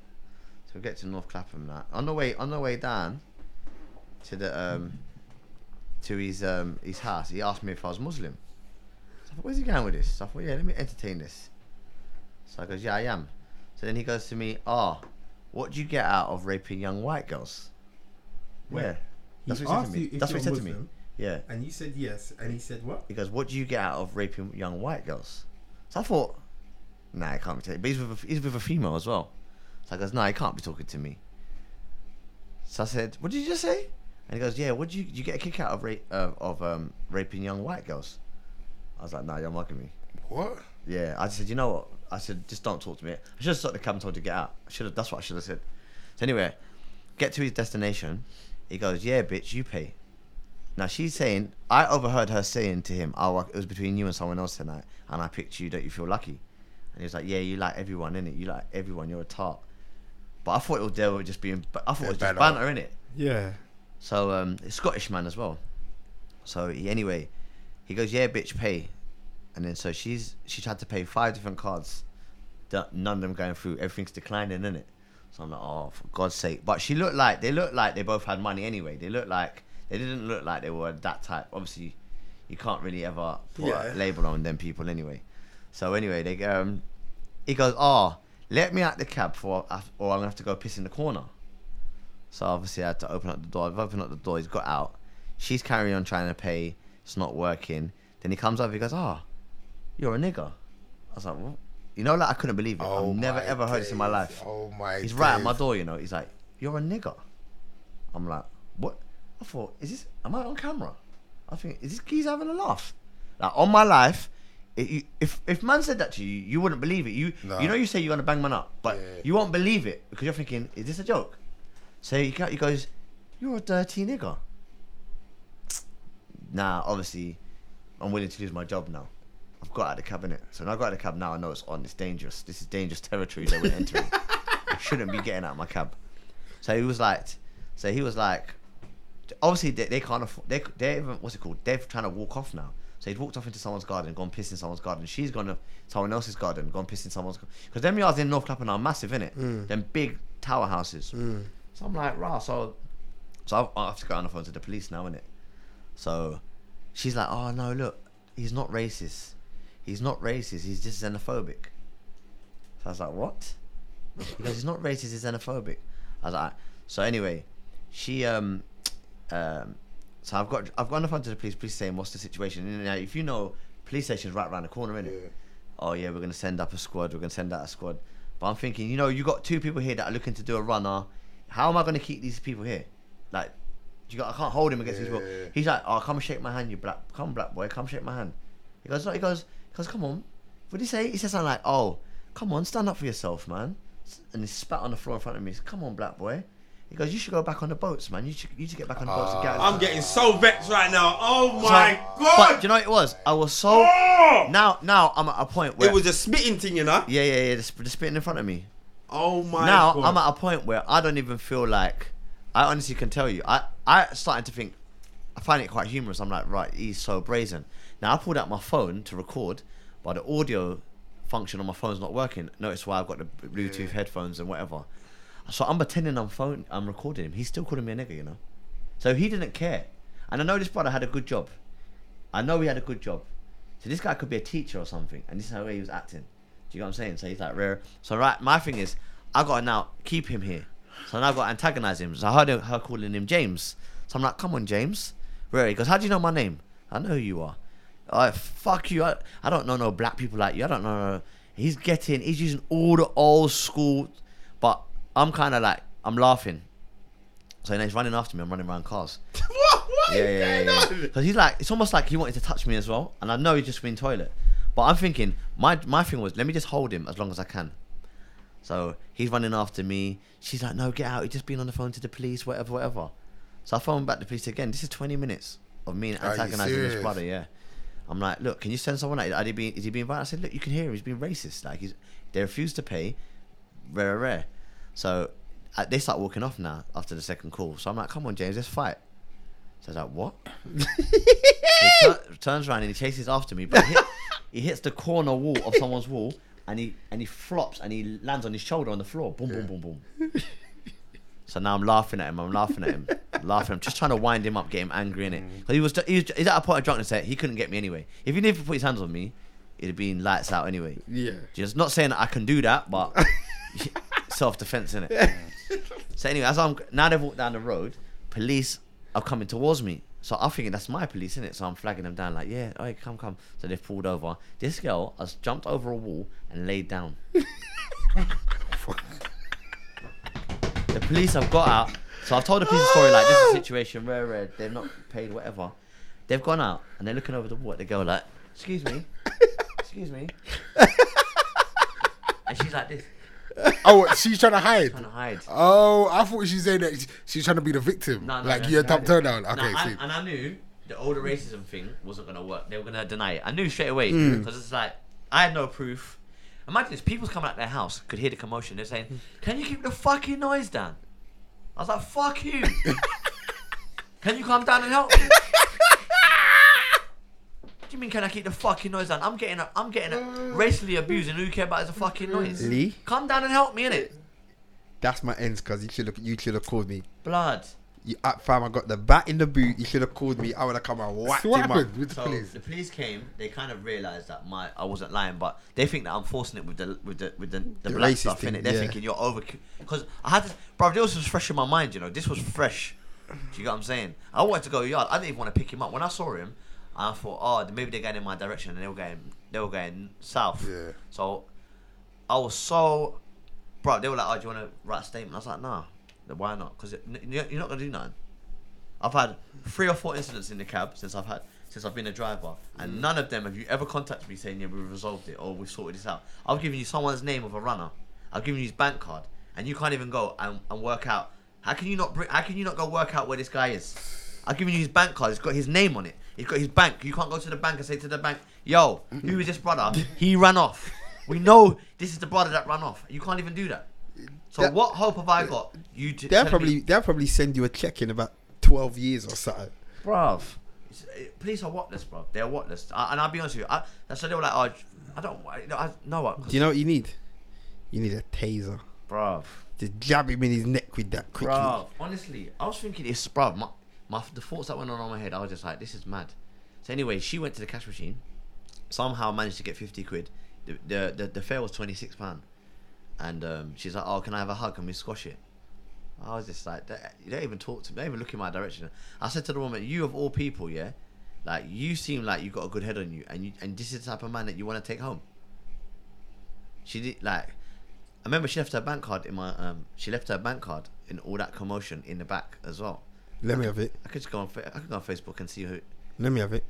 So we get to North Clapham now. On the way on the way down to the um to his um his house, he asked me if I was Muslim. So I thought, where's he going with this? So I thought, yeah, let me entertain this. So I goes, yeah, I am. So then he goes to me, ah, what do you get out of raping young white girls? Where? That's He what he said asked to me. you if That's what he said you're to me. Muslim? Yeah. And you said yes. And he said what? He goes, what do you get out of raping young white girls? So I thought, nah, I can't be taking. But he's with a, he's with a female as well. So I goes, nah, he can't be talking to me. So I said, what did you just say? And he goes, yeah, what do you you get a kick out of rape uh, of um, raping young white girls? I was like, nah, you're mugging me. What? Yeah, I said, you know what? I said, just don't talk to me. I should have stopped the cab and told you to get out. I should have. That's what I should have said. So anyway, get to his destination. He goes, yeah, bitch, you pay. Now she's saying, I overheard her saying to him, oh, it was between you and someone else tonight, and I picked you. Don't you feel lucky? And he was like, yeah, you like everyone, innit? You like everyone. You're a tart. But I thought it was they were just being. I thought it was just banter. banter, innit? Yeah. So um, it's Scottish man as well. So he, anyway, he goes, "Yeah, bitch, pay," and then so she's she tried to pay five different cards, that- none of them going through. Everything's declining, is it? So I'm like, "Oh, for God's sake!" But she looked like they looked like they both had money anyway. They looked like they didn't look like they were that type. Obviously, you can't really ever put Yeah. a label on them people anyway. So anyway, they go, um, he goes, "Ah, let me out the cab for or I'm gonna have to go piss in the corner." So obviously I had to open up the door. I've opened up the door. He's got out. She's carrying on trying to pay. It's not working. Then he comes over. He goes, "Ah, you're a nigger." I was like, "What?" You know, like I couldn't believe it. Oh I've never Oh my ever heard this in my days. life. Oh my He's right at my days. door. You know. He's like, "You're a nigger." I'm like, "What?" I thought, "Is this? Am I on camera?" I think, "Is this geezer having a laugh?" Like on my life. It, you, if if man said that to you, you wouldn't believe it. You No. you know you say you're gonna bang man up, but Yeah. you won't believe it because you're thinking, is this a joke? So he, go- he goes, "You're a dirty nigger." Nah, obviously, I'm willing to lose my job now. I've got out of the cabinet, so when I got out of the cab now. I know it's on. It's dangerous. This is dangerous territory that we're entering. I shouldn't be getting out of my cab. So he was like, so he was like, obviously they, they can't afford. They they what's it called? They're trying to walk off now. So he'd walked off into someone's garden, gone piss in someone's garden. She's gone to someone else's garden, gone piss in someone's. Because them yards in North Clapham are massive, innit? Them big tower houses. So I'm like, rah. So, so I've- I have to go on the phone to the police now, innit? So she's like, oh no, look, he's not racist. He's not racist. He's just xenophobic. So I was like, what? He goes, he's not racist. He's xenophobic. I was like, "Alright." so anyway, she um um. So I've got I've gone in front to the police. Police saying, "What's the situation?" And now, if you know, police station's right around the corner, innit? Yeah. Oh yeah, we're gonna send up a squad. We're gonna send out a squad. But I'm thinking, you know, you got two people here that are looking to do a runner. How am I gonna keep these people here? Like, you got I can't hold him against these people. Yeah. He's like, "Oh, come shake my hand, you black. Come, black boy, come shake my hand." He goes, "No." He goes, "He goes, come on." What did he say? He says something like, "Oh, come on, stand up for yourself, man." S- And he spat on the floor in front of me. He says, "Come on, black boy." He goes, "You should go back on the boats, man. You should, you should get back on the boats and get." out." Uh, I'm getting so vexed right now. Oh my god. But do you know what it was? I was so. Oh! Now, now I'm at a point where it was a spitting thing, you know. Yeah, yeah, yeah. The, sp- the spitting in front of me. Oh my now god. I'm at a point where I don't even feel like. I honestly can tell you, I I started to think. I find it quite humorous. I'm like, right, he's so brazen. Now I pulled out my phone to record, but the audio function on my phone's not working. Notice why I've got the Bluetooth headphones and whatever. So I'm pretending I'm phone. I'm recording him. He's still calling me a nigger, you know. So he didn't care. And I know this brother had a good job. I know he had a good job. So this guy could be a teacher or something, and this is how he was acting. Do you know what I'm saying? So he's like rare. So right, my thing is, I gotta now keep him here. So now I gotta antagonize him. So I heard her calling him James. So I'm like, come on, James. Rare. He goes, how do you know my name? I know who you are. Oh, fuck you. I, I don't know no black people like you. I don't know. No. He's getting. He's using all the old school, but I'm kind of like I'm laughing. So then he's running after me. I'm running around cars. what? What is Yeah, yeah, going yeah. on? Because he's like, it's almost like he wanted to touch me as well, and I know he's just been toilet. But I'm thinking, my my thing was, let me just hold him as long as I can. So he's running after me. She's like, no, get out. He's just been on the phone to the police, whatever, whatever. So I phone back the police again. This is 20 minutes of me you antagonizing this serious? brother. Yeah. I'm like, look, can you send someone out? Are they being, is he being violent? I said, look, you can hear him. He's being racist. Like, he's, they refuse to pay. Rare, rare. So uh, they start walking off now after the second call. So I'm like, come on, James, let's fight. So I was like, what? he tu- turns around and he chases after me, but he, hit- he hits the corner wall of someone's wall and he and he flops and he lands on his shoulder on the floor. Boom, boom, boom, boom. So now I'm laughing at him. I'm laughing at him. laughing. I'm just trying to wind him up, get him angry in it. he was, he was, he's at a point of drunkenness that he couldn't get me anyway. If he didn't put his hands on me, it'd have been lights out anyway. Yeah. Just not saying that I can do that, but self defense in it. so anyway, as I'm now they've walked down the road, police are coming towards me. So I'm thinking that's my police, isn't it? So I'm flagging them down, like, yeah, hey, come, come. So they've pulled over. This girl has jumped over a wall and laid down. the police have got out. So I've told the police a story like this is a situation rare, rare. They've not paid whatever. They've gone out and they're looking over the wall at the girl like, excuse me, excuse me. and she's like this, Oh, she's trying to hide. trying to hide. Oh, I thought she said that she- she's trying to be the victim. No, no, like no, you no, dumped no. her down. No, Okay, I- see. and I knew the older racism thing wasn't gonna work. They were gonna deny it. I knew straight away Mm. because it's like I had no proof. Imagine this: people's coming out their house, could hear the commotion. They're saying, "Can you keep the fucking noise down?" I was like, "Fuck you! can you come down and help?" me? What do you mean? Can I keep the fucking noise down? I'm getting, a, I'm getting a racially abused, and all you care about is a fucking noise. Lee? come down and help me in it, That's my ends, cause you should have you should have called me. blood. You, uh, fam, I got the bat in the boot. You should have called me. I would have come and whacked So what him happened up. with the So police? the police came. They kind of realised that my I wasn't lying, but they think that I'm forcing it with the with the with the, the, The black racist stuff in thing, it. They're yeah. thinking you're over because I had to, bro. This was fresh in my mind, you know. This was fresh. Do you get what I'm saying? I wanted to go yard. I didn't even want to pick him up when I saw him. I thought, oh, maybe they're going in my direction, and they were going they were going south. Yeah. So I was so, bro. They were like, oh, do you want to write a statement? I was like, nah. Then Why not? Because you're you're not gonna do nothing. I've had three or four incidents in the cab since I've had since I've been a driver, Mm. and none of them have you ever contacted me saying yeah we've resolved it or we've sorted this out. I've given you someone's name of a runner, I've given you his bank card, and you can't even go and, and work out how can you not bring, how can you not go work out where this guy is? I've given you his bank card. It's got his name on it. It's got his bank. You can't go to the bank and say to the bank, "Yo, who is this brother? He ran off. We know this is the brother that ran off. You can't even do that. So That- what hope have I got? You t- They'll telling me- probably they'll probably send you a check in about twelve years or something. bruv. it's- eh, Police are whatless, bruv. They're whatless. I, and I'll be honest with you. I, that's why they were like, oh, I don't, I, no, I, no, I, Do you know what you need? You need a taser. bruv, Just jab him in his neck with that quickly. bruv. Honestly, I was thinking it's bruv. My, my, the thoughts that went on in my head, I was just like, this is mad. So anyway, she went to the cash machine. Somehow managed to get fifty quid. The the the, the fare was twenty six pound, and um, she's like, oh, can I have a hug? Can we squash it? I was just like, they, you don't even talk to me. They don't even look in my direction. I said to the woman, "You of all people, yeah, like you seem like you got a good head on you, and you, and this is the type of man that you want to take home." She did like, I remember she left her bank card in my um, she left her bank card in all that commotion in the back as well. Let me have it. I could just go on, Fa- I could go on Facebook and see who. Let me have it.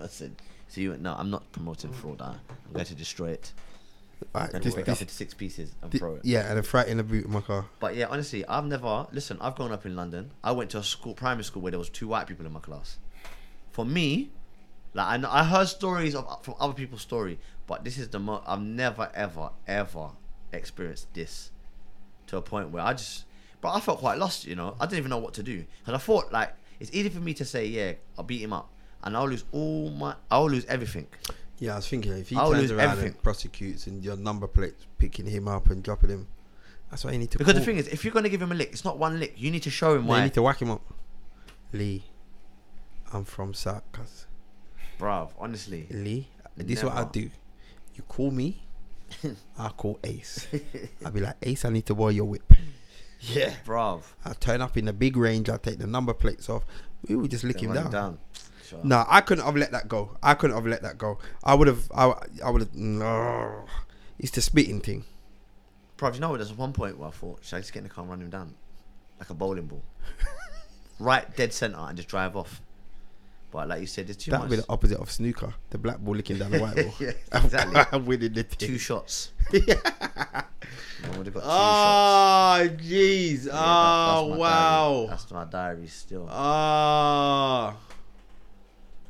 I said, "So you no, I'm not promoting fraud. I, I'm going to destroy it Alright, and this- just break it up this- into six pieces and thi- throw it." yeah, and a fright in the boot of my car. But yeah, honestly, I've never listen. I've grown up in London. I went to a school, primary school, where there was two white people in my class. For me, like I, know, I heard stories of from other people's story, but this is the most I've never ever ever experienced this to a point where I just, but I felt quite lost. You know, I didn't even know what to do, and I thought like it's easy for me to say yeah, I'll beat him up, and I'll lose all my, I'll lose everything. Yeah, I was thinking if he I'll turns lose around everything. and prosecutes and your number plates picking him up and dropping him, that's why you need to. Because the call. thing is, if you're gonna give him a lick, it's not one lick. You need to show him No, you why. need to whack him up. Lee, I'm from South, cuz. Bruv, honestly. Lee, this is what I Never. do. You call me, I call Ace. I'll be like, Ace, I need to borrow your whip. Yeah. Bruv. I turn up in a big range. I take the number plates off. We would just lick They him run down. him down. Shut up. No, I couldn't have let that go. I couldn't have let that go. I would have. I, I would have. No. It's the spitting thing. Bruv, you know what? There's one point where I thought, should I just get in the car and run him down? Like a bowling ball. right dead centre and just drive off. But like you said, there's too That would be much. the opposite of snooker. The black ball licking down the white ball. Yeah, exactly. I'm winning the Two thing. shots. I would have got two shots. Oh, jeez. Yeah, that- oh, that's my Diary. wow. That's my diary still. Ah.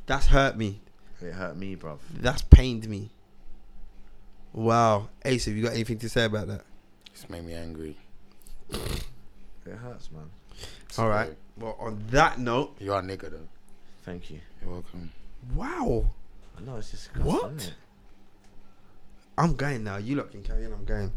that's hurt me. it hurt me, bruv. That's pained me. Wow. Ace, have you got anything to say about that? It's made me angry. It hurts, man. All right. Well, on that note, You are a nigga though. Thank you. You're welcome. wow. I know it's disgusting. What? isn't it? I'm going now. You lot can carry on. I'm going.